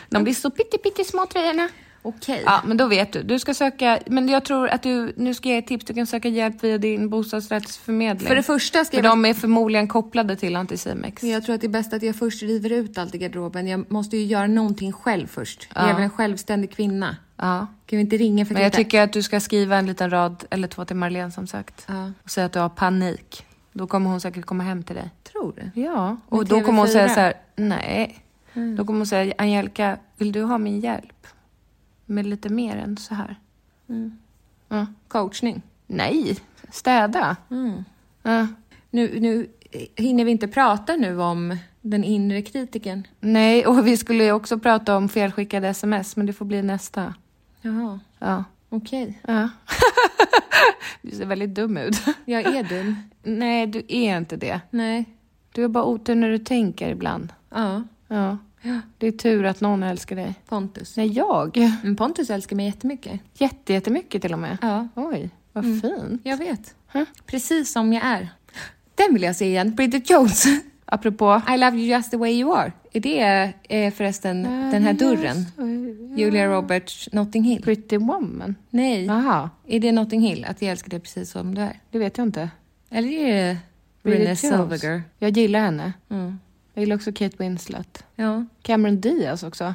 S4: De blir så pyttesmå tröjorna.
S2: Okej.
S4: Ja, men då vet du. Du ska söka, men jag tror att du, nu ska jag ge ett tips, du kan söka hjälp via din bostadsrättsförmedling.
S2: För det första ska
S4: För
S2: jag...
S4: de är förmodligen kopplade till Anticimex.
S2: Jag tror att det är bäst att jag först river ut allt i garderoben. Jag måste ju göra någonting själv först. Jag är
S4: Ja.
S2: väl en självständig kvinna.
S4: Ja.
S2: Kan vi inte ringa för
S4: Men jag
S2: Greta?
S4: tycker att du ska skriva en liten rad eller två till Marlene som sagt.
S2: Ja.
S4: Och säga att du har panik. Då kommer hon säkert komma hem till dig.
S2: Tror du?
S4: Ja.
S2: Med
S4: Och då kommer hon säga
S2: TV4?
S4: så här, nej.
S2: Mm.
S4: Då kommer hon säga, Angelica, vill du ha min hjälp? Med lite mer än så här. Ja.
S2: Coachning.
S4: Nej, städa.
S2: Mm.
S4: Ja.
S2: Nu, nu eh, hinner vi inte prata nu om den inre kritiken.
S4: Nej, och vi skulle ju också prata om felskickade sms, men det får bli nästa.
S2: Jaha,
S4: Ja.
S2: okej.
S4: ja. du ser väldigt dum ut.
S2: Jag är dum.
S4: Nej, du är inte det.
S2: Nej.
S4: Du har bara otur när du tänker ibland.
S2: Ja,
S4: Ja. Det är tur att någon älskar dig.
S2: Pontus.
S4: Nej, jag?
S2: Men Pontus älskar mig jättemycket.
S4: Jätte, jättemycket till och med.
S2: Ja,
S4: Oj, vad fin.
S2: jag vet.
S4: Huh?
S2: Precis som jag är. Den vill jag se igen. Bridget Jones.
S4: Apropå...
S2: I love you just the way you are. Är det eh, förresten den här dörren? Julia Roberts Notting Hill?
S4: Pretty woman.
S2: Nej.
S4: Jaha,
S2: Är det Notting Hill? Att jag älskar dig precis som du är?
S4: det vet jag inte.
S2: Eller är det
S4: Bridget
S2: Renée
S4: Jones.
S2: Zellweger?
S4: Jag gillar henne.
S2: Mm.
S4: Jag gillar också Kate Winslet.
S2: Ja.
S4: Cameron Diaz också.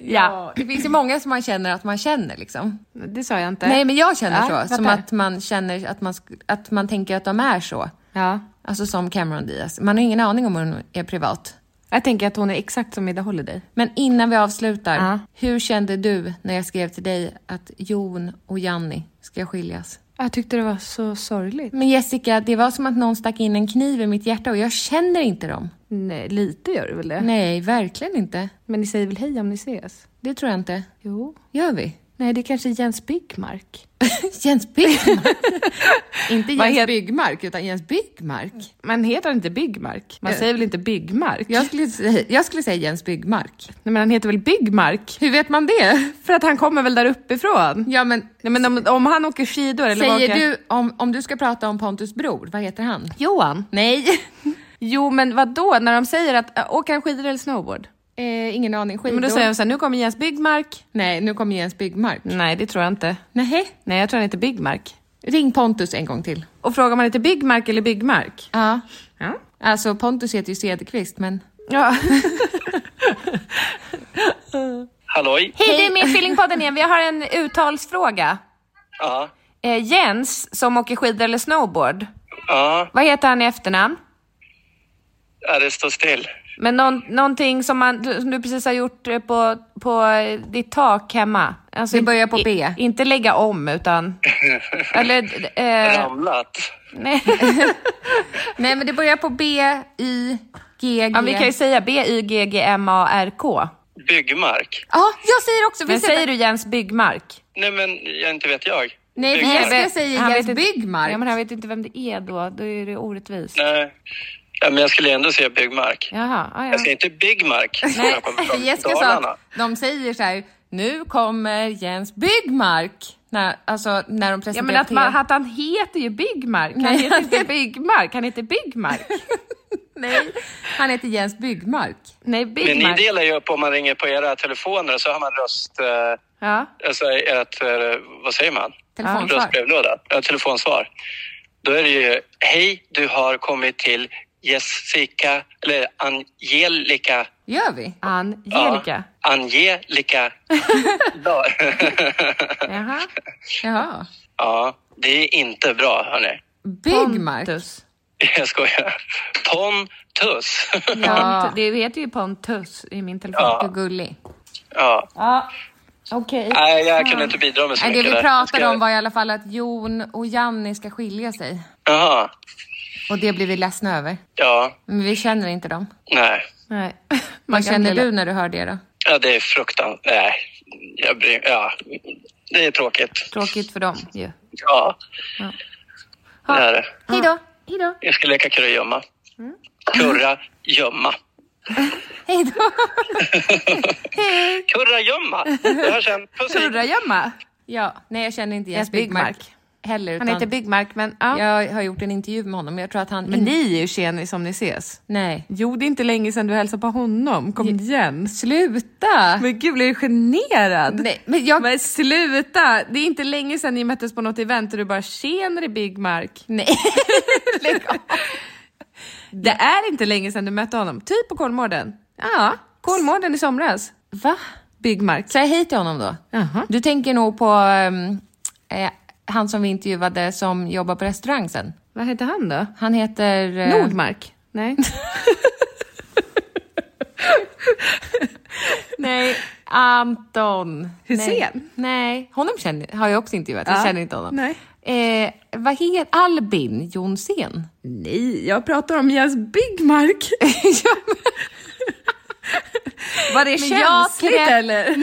S2: ja. Det finns ju många som man känner att man känner liksom.
S4: Det sa jag inte.
S2: Nej, men jag känner
S4: Ja,
S2: så. Som
S4: fattar.
S2: att man känner att man, sk- att man tänker att de är så.
S4: Ja.
S2: Alltså som Cameron Diaz. Man har ingen aning om hon är privat.
S4: Jag tänker att hon är exakt som Ida Holiday.
S2: Men innan vi avslutar, hur kände du när jag skrev till dig att Jon och Janni ska skiljas?
S4: Jag tyckte det var så sorgligt.
S2: Men Jessica, det var som att någon stack in en kniv i mitt hjärta och jag känner inte dem.
S4: Nej, lite gör det väl det?
S2: Nej, verkligen inte.
S4: Men ni säger väl hej om ni ses?
S2: Det tror jag inte.
S4: Jo.
S2: Gör vi?
S4: Nej, det är kanske Jens Bickmark.
S2: Jens Byggmark? inte
S4: Vad
S2: Jens
S4: heter- Mm.
S2: Byggmark, utan Jens Byggmark.
S4: Men heter han inte Byggmark? Man
S2: Ja.
S4: säger väl inte Byggmark?
S2: Jag skulle, säga, jag skulle säga Jens Byggmark.
S4: Nej, men han heter väl Byggmark?
S2: Hur vet man det?
S4: För att han kommer väl där uppifrån?
S2: Ja, men
S4: Nej, men om, om han åker skidor eller vad
S2: säger
S4: åker...
S2: du, om, om du ska prata om Pontus bror, vad heter han?
S4: Johan?
S2: Nej,
S4: Jo, men vad då när de säger att äh, åker han skidor eller snowboard?
S2: eh, ingen aning. Skidor.
S4: Men då säger Mm. de så här, nu kommer Jens Byggmark.
S2: Nej, nu kommer Jens Byggmark.
S4: Nej, det tror jag inte.
S2: Nej.
S4: Nej, jag tror han heter Byggmark.
S2: Ring Pontus en gång till.
S4: Och frågar man heter Byggmark eller Byggmark?
S2: Ja.
S4: Ja.
S2: Alltså, Pontus heter ju Cederqvist, men...
S4: ja.
S3: Halloj?
S4: Hej, det är med Tvillingpodden igen. Vi har en uttalsfråga.
S3: Ja.
S4: Eh, Jens, som åker skidor eller snowboard,
S3: Ja,
S4: vad heter han i efternamn?
S3: ja, det står still.
S4: Men någon, någonting som, man, du- som du precis har gjort eh, på, på eh, ditt tak hemma. Alltså
S2: Det
S4: in-
S2: börjar på
S4: i-
S2: B.
S4: Inte lägga om, utan... Eller... Eh,
S3: Ramlat.
S4: nej.
S2: Nej, men det börjar på B, I, G, G.
S4: Ja, vi kan ju säga B-Y-G-G-M-A-R-K.
S3: Byggmark.
S2: Ja, jag säger också...
S4: Men
S2: Vi säger...
S4: säger du Jens Byggmark?
S3: Nej, men jag inte vet jag.
S2: Nej, för
S3: Byggmark.
S2: Jessica
S4: vet-
S2: säger
S4: han
S2: Jens
S4: vet inte-
S2: Byggmark.
S4: Ja, men han vet inte vem det är då. Då är det orättvist.
S3: Nej. Ja, men jag skulle ändå säga Byggmark.
S4: Jaha, ah, ja.
S3: Jag säger inte Byggmark.
S2: Nej,
S3: Jag kommer
S2: för
S3: från
S2: Jessica sa
S3: Dalarna.
S2: att de säger så här, nu kommer Jens Byggmark. När, alltså när de
S4: Ja
S2: presenterar
S4: men att, man,
S2: TV.
S4: att han heter ju Byggmark. Han
S2: Nej,
S4: heter
S2: han
S4: inte
S2: heter-
S4: Byggmark, han heter Byggmark.
S2: Nej, han heter Jens Byggmark.
S4: Nej,
S3: Men ni
S4: Byggmark.
S3: delar ju upp om man ringer på era telefoner så har man röst... Eh,
S4: Ja.
S3: alltså ert... Eh, vad säger man?
S2: Telefonsvar.
S3: Röstbrevlåda. Ja, telefonsvar. Då är det ju, hej, du har kommit till Jessica, eller Angelica.
S2: Gör vi?
S4: Angelica.
S3: Ja, Angelica. ja.
S4: Jaha.
S2: Jaha.
S3: ja, det är inte bra, hörni.
S2: Byggmark.
S4: Pontus.
S3: Jag skojar. Pontus.
S4: Pont, det heter ju Pontus i min telefon.
S2: Du gullig.
S3: ja.
S4: Ja. Okej.
S3: Nej, jag kunde inte bidra med så
S2: Nej, det
S3: mycket.
S2: vi
S3: där.
S2: pratade
S3: Ska-
S2: om var i alla fall att Jon och Janni ska skilja sig.
S3: Jaha.
S2: Och det blir vi ledsna över.
S3: Ja,
S2: Men vi känner inte dem.
S3: nej.
S4: Nej. Man
S2: Vad
S4: kan
S2: känner
S4: dela-
S2: du när du hör det då?
S3: Ja, det är fruktansvärt. Nej, jag bryr Ja, det är tråkigt.
S4: Tråkigt för dem ju.
S3: Ja. Det är det.
S2: Hej då! Hej då!
S3: Jag ska leka kurra gömma. Kurra gömma.
S2: Mm. Hej då!
S3: Kurra gömma. Vi hörs sen. Puss hej.
S4: Kurragömma.
S2: Ja, nej jag känner inte Jens
S4: Jens
S2: Byggmark.
S4: Byggmark.
S2: Heller,
S4: Han
S2: utan
S4: heter Byggmark men ja.
S2: Jag har gjort en intervju med honom, men jag tror att han...
S4: Men ni är ju tjenis om ni ses.
S2: Nej.
S4: Jo, det är inte länge sedan du hälsade på honom. Kom igen.
S2: Sluta!
S4: Men gud, blir du generad?
S2: Nej, men jag...
S4: Men sluta! Det är inte länge sedan ni möttes på något event och du bara “tjenare Big Mark”.
S2: Nej.
S4: Det är inte länge sedan du mötte honom, typ på Kolmården. Ja, Kolmården i somras.
S2: Va?
S4: Big Mark.
S2: Säg hej till honom då.
S4: Jaha.
S2: Du tänker nog på ehm, eh, han som vi intervjuade som jobbar på restaurang sen.
S4: Vad heter han då?
S2: Han heter... eh,
S4: Nordmark? Nej.
S2: Nej, Anton. Nej.
S4: Hussein?
S2: Nej, honom känner, har jag också intervjuat. Jag
S4: Ja.
S2: känner inte honom.
S4: Nej.
S2: Eh, vad heter Albin Jonsén?
S4: Nej, jag pratar om Jens Big Mark. Var det
S2: Men jag
S4: känsligt
S2: trä-
S4: eller?
S2: Nej,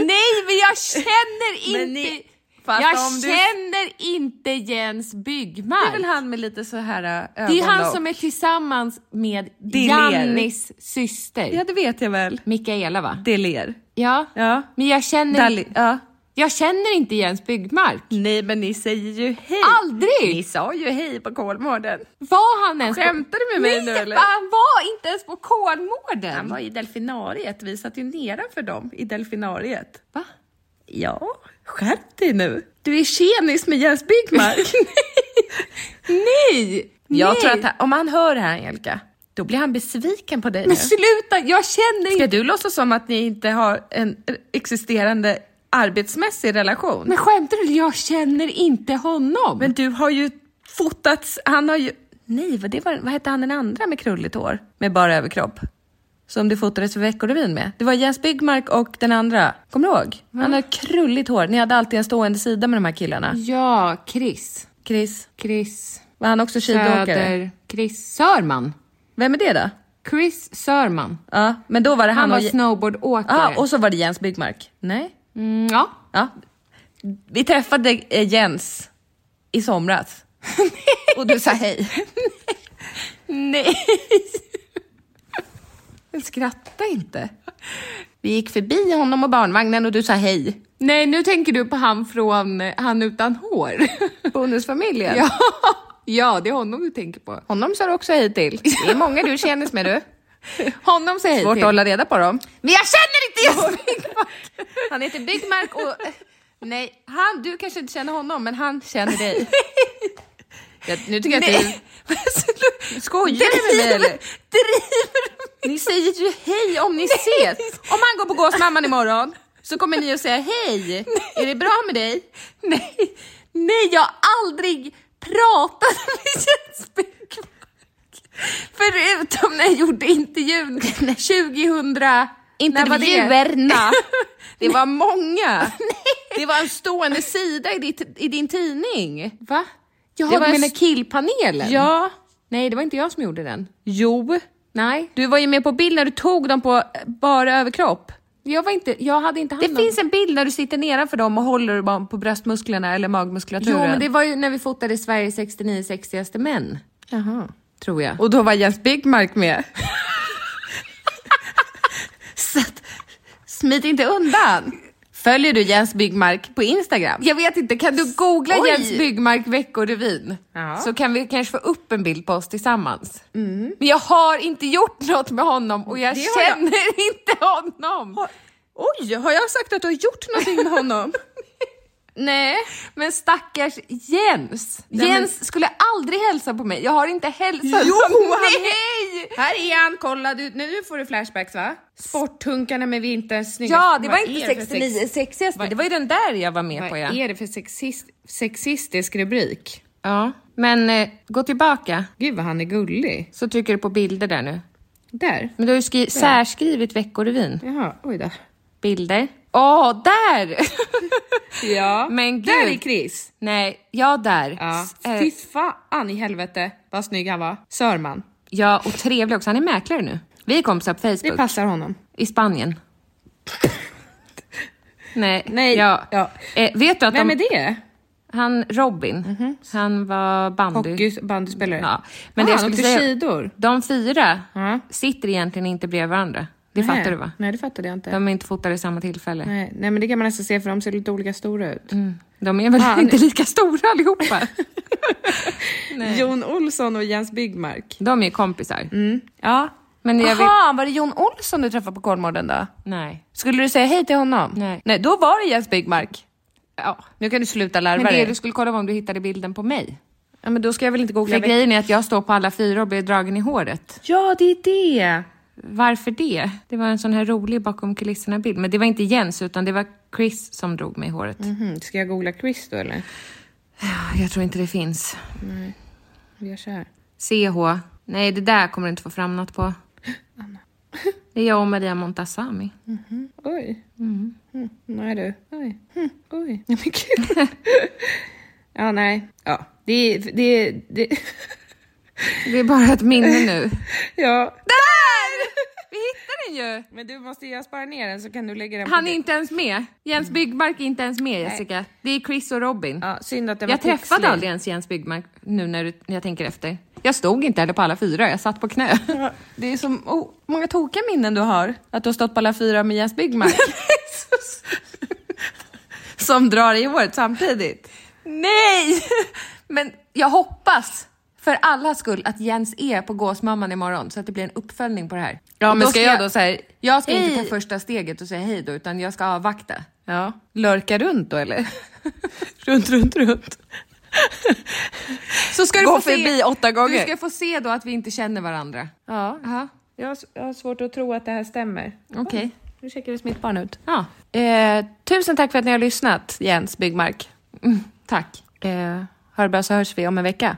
S2: men jag känner
S4: Men
S2: inte...
S4: ni- Fast
S2: Jag
S4: om du-
S2: känner inte Jens Byggmark.
S4: Det är väl han med lite så här ögon
S2: Det är ju han som är tillsammans med
S4: Det ler.
S2: Jannis syster.
S4: Ja, det vet jag väl.
S2: Mikaela va?
S4: Det ler.
S2: Ja.
S4: Ja.
S2: Men jag känner,
S4: Dali, ja.
S2: jag känner inte Jens Byggmark.
S4: Nej, men ni säger ju hej.
S2: Aldrig!
S4: Ni sa ju hej på Kolmården.
S2: Var han ens
S4: Skämtar du med mig
S2: Nej,
S4: nu, eller?
S2: Han var inte ens på Kolmården.
S4: Han var i delfinariet, vi satt ju nedanför dem i delfinariet.
S2: Va?
S4: Ja, skärp dig nu. Du är tjenis med Jens Byggmark.
S2: Nej!
S4: jag
S2: Nej.
S4: tror att han, om han hör det här Angelica, då blir han besviken på dig
S2: Men
S4: nu.
S2: sluta, jag känner
S4: Ska
S2: inte...
S4: du låtsas som att ni inte har en existerande arbetsmässig relation?
S2: Men skämtar du? Jag känner inte honom.
S4: Men du har ju fotats, han har ju... Nej, vad, det var, vad hette han den andra med krulligt hår? Med bara överkropp? Som det fotades för Veckorevyn med. Det var Jens Byggmark och den andra. Kommer du ihåg? Han hade krulligt hår. Ni hade alltid en stående sida med de här killarna.
S2: Ja, Chris.
S4: Chris.
S2: Chris.
S4: Var han också skidåkare?
S2: Söder. Chris Sörman.
S4: Vem är det då?
S2: Chris Sörman.
S4: Ja, men då var det han,
S2: Han var
S4: och...
S2: snowboardåkare.
S4: Ja, och så var det Jens Byggmark. Nej?
S2: Mm, ja.
S4: Ja. Vi träffade eh, Jens i somras. och du sa hej.
S2: Nej.
S4: Skratta inte. Vi gick förbi honom och barnvagnen och du sa hej.
S2: Nej, nu tänker du på han från eh, Han utan hår.
S4: Bonusfamiljen.
S2: ja. ja, det är honom du tänker på.
S4: Honom sa du också hej till. Det är många du känner med du.
S2: Honom säger hej
S4: Svårt
S2: till.
S4: att hålla reda på dem.
S2: Men jag känner inte Jens Byggmark!
S4: Han heter Byggmark och... eh, Nej, han, du kanske inte känner honom, men han känner dig. Jag, nu tycker jag att du... Skojar du med mig eller?
S2: Driver du
S4: Ni säger ju hej om ni ses. Om han går på Gåsmamman imorgon så kommer ni att säga hej. Är det bra med dig?
S2: Nej, nej, jag har aldrig pratat med Jens Bäckman. Förutom när jag gjorde intervjun 2000... När var det?
S4: Intervjuerna. Det var många. Det var en stående sida i, ditt, i din tidning.
S2: Va? Jag
S4: Det var
S2: har
S4: en
S2: menar
S4: s-
S2: killpanelen?
S4: Ja.
S2: Nej, det var inte jag som gjorde den.
S4: Jo.
S2: Nej,
S4: Du var ju med på bild när du tog dem på eh, bara överkropp.
S2: jag, var inte, jag hade inte hand
S4: Det
S2: om
S4: finns en bild när du sitter nedanför dem och håller dem på bröstmusklerna eller magmuskulaturen.
S2: Jo, men det var ju när vi fotade Sverige 69 sexigaste män,
S4: Jaha.
S2: tror jag.
S4: Och då var Jens Byggmark med. Så att, smit inte undan. Följer du Jens Byggmark på Instagram?
S2: Jag vet inte, kan du googla
S4: Oj.
S2: Jens Byggmark veckorevyn?
S4: Ja. Mm.
S2: Så kan vi kanske få upp en bild på oss tillsammans. Men jag har inte gjort något med honom och jag
S4: Det har jag.
S2: känner inte honom.
S4: Oj, har jag sagt att du har gjort någonting med honom? Nej.
S2: Men stackars Jens!
S4: Nej, men-
S2: Jens skulle aldrig hälsa på mig, jag har inte hälsat
S4: Jo,
S2: på
S4: han-
S2: Nej!
S4: Här är han, kolla du, nu får du flashbacks va? Sporthunkarna med vinterns snygga...
S2: Ja, det var
S4: Vad
S2: inte
S4: är det för sex-
S2: 69 sexigaste, det var ju den där jag var med på ja.
S4: Vad är det för sexist, sexistisk rubrik?
S2: ja. Men eh, gå tillbaka,
S4: Gud vad han är gullig.
S2: så trycker du på bilder där nu.
S4: Där.
S2: Men du har ju skri- särskrivit Veckorevyn.
S4: Jaha, oj då.
S2: Bilder. Åh, där!
S4: Ja.
S2: Men gud.
S4: Där är Chris.
S2: Nej, ja där.
S4: Ja.
S2: S- eh,
S4: Fy fan i helvete vad snygg han var. Sörman.
S2: ja, och trevlig också. Han är mäklare nu. Vi är kompisar på
S4: Det
S2: Facebook.
S4: passar honom.
S2: I Spanien. Nej.
S4: Nej,
S2: Ja.
S4: ja.
S2: Eh, vet du att
S4: Vem
S2: de,
S4: är det? Mhm.
S2: Han Robin, han var bandy.
S4: Hockey, bandyspelare?
S2: Ja. Men
S4: Ah,
S2: det jag
S4: han
S2: skulle
S4: åkte
S2: säga,
S4: skidor.
S2: de fyra
S4: Ja.
S2: sitter egentligen inte bredvid varandra. Det
S4: Nej. Mm.
S2: fattar du va?
S4: Nej, det fattade jag inte.
S2: De är inte fotade i samma tillfälle.
S4: Nej. Nej, men det kan man nästan se för de ser lite olika stora ut.
S2: Mm. De är väl
S4: Fan.
S2: inte lika stora allihopa? Nej.
S4: Jon Olsson och Jens Byggmark.
S2: De är kompisar.
S4: Mm. Ja.
S2: Men jag vet...
S4: Jaha, var det Jon Olsson du träffade på Kolmården då?
S2: Nej.
S4: Skulle du säga hej till honom?
S2: Nej.
S4: Nej, då var det Jens Byggmark.
S2: Ja.
S4: Nu kan du sluta larva
S2: Men det
S4: dig.
S2: du skulle kolla var om du hittade bilden på mig.
S4: Ja, men då ska jag väl inte googla
S2: För
S4: veck-
S2: grejen är att jag står på alla fyra och blir dragen i håret.
S4: Ja, det är det.
S2: Varför det? Det var en sån här rolig bakom kulisserna bild. Men det var inte Jens utan det var Chris som drog mig i håret. Ah,
S4: Mhm, Ska jag googla Chris då eller?
S2: Jag tror inte det finns.
S4: Vi gör så här.
S2: CH. Nej, det där kommer du inte få fram något på. Det är jag och Maria Montazami.
S4: Oj. Mm, nej du. Oj. Hm, Oj. Men gud. ja, nej. Ja, det, det, det.
S2: Det är bara ett minne nu.
S4: Ja.
S2: Där! Vi hittade den ju!
S4: Men du måste jag spara ner den så kan du lägga den på
S2: Han är
S4: din-
S2: inte ens med. Jens Byggmark är inte ens med Jessica. Det är Chris och Robin.
S4: Ja, synd att den
S2: Jag
S4: var
S2: träffade
S4: pixlig.
S2: aldrig ens Jens Byggmark nu när, du, när jag tänker efter. Jag stod inte heller på alla fyra, jag satt på knä.
S4: Det är så oh, många tokiga minnen du har. Att du har stått på alla fyra med Jens Byggmark. Som drar i håret samtidigt.
S2: Nej! Men jag hoppas för alla skull att Jens är på Gåsmamman imorgon så att det blir en uppföljning på det här.
S4: Ja,
S2: Och
S4: men ska jag då så här,
S2: Jag ska inte
S4: "Hej."
S2: ta första steget och säga hej då, utan jag ska avvakta.
S4: Ja. Lörka runt då eller? runt, runt, runt.
S2: Så ska
S4: Gå förbi åtta gånger.
S2: Du ska få se då att vi inte känner varandra.
S4: Ja.
S2: Ja,
S4: Jag har, jag har svårt att tro att det här stämmer.
S2: okej.
S4: Nu checkades mitt barn ut.
S2: Ja,
S4: Eh, tusen tack för att ni har lyssnat, Jens Byggmark.
S2: Mm, tack.
S4: Eh, hör bra så hörs vi om en vecka.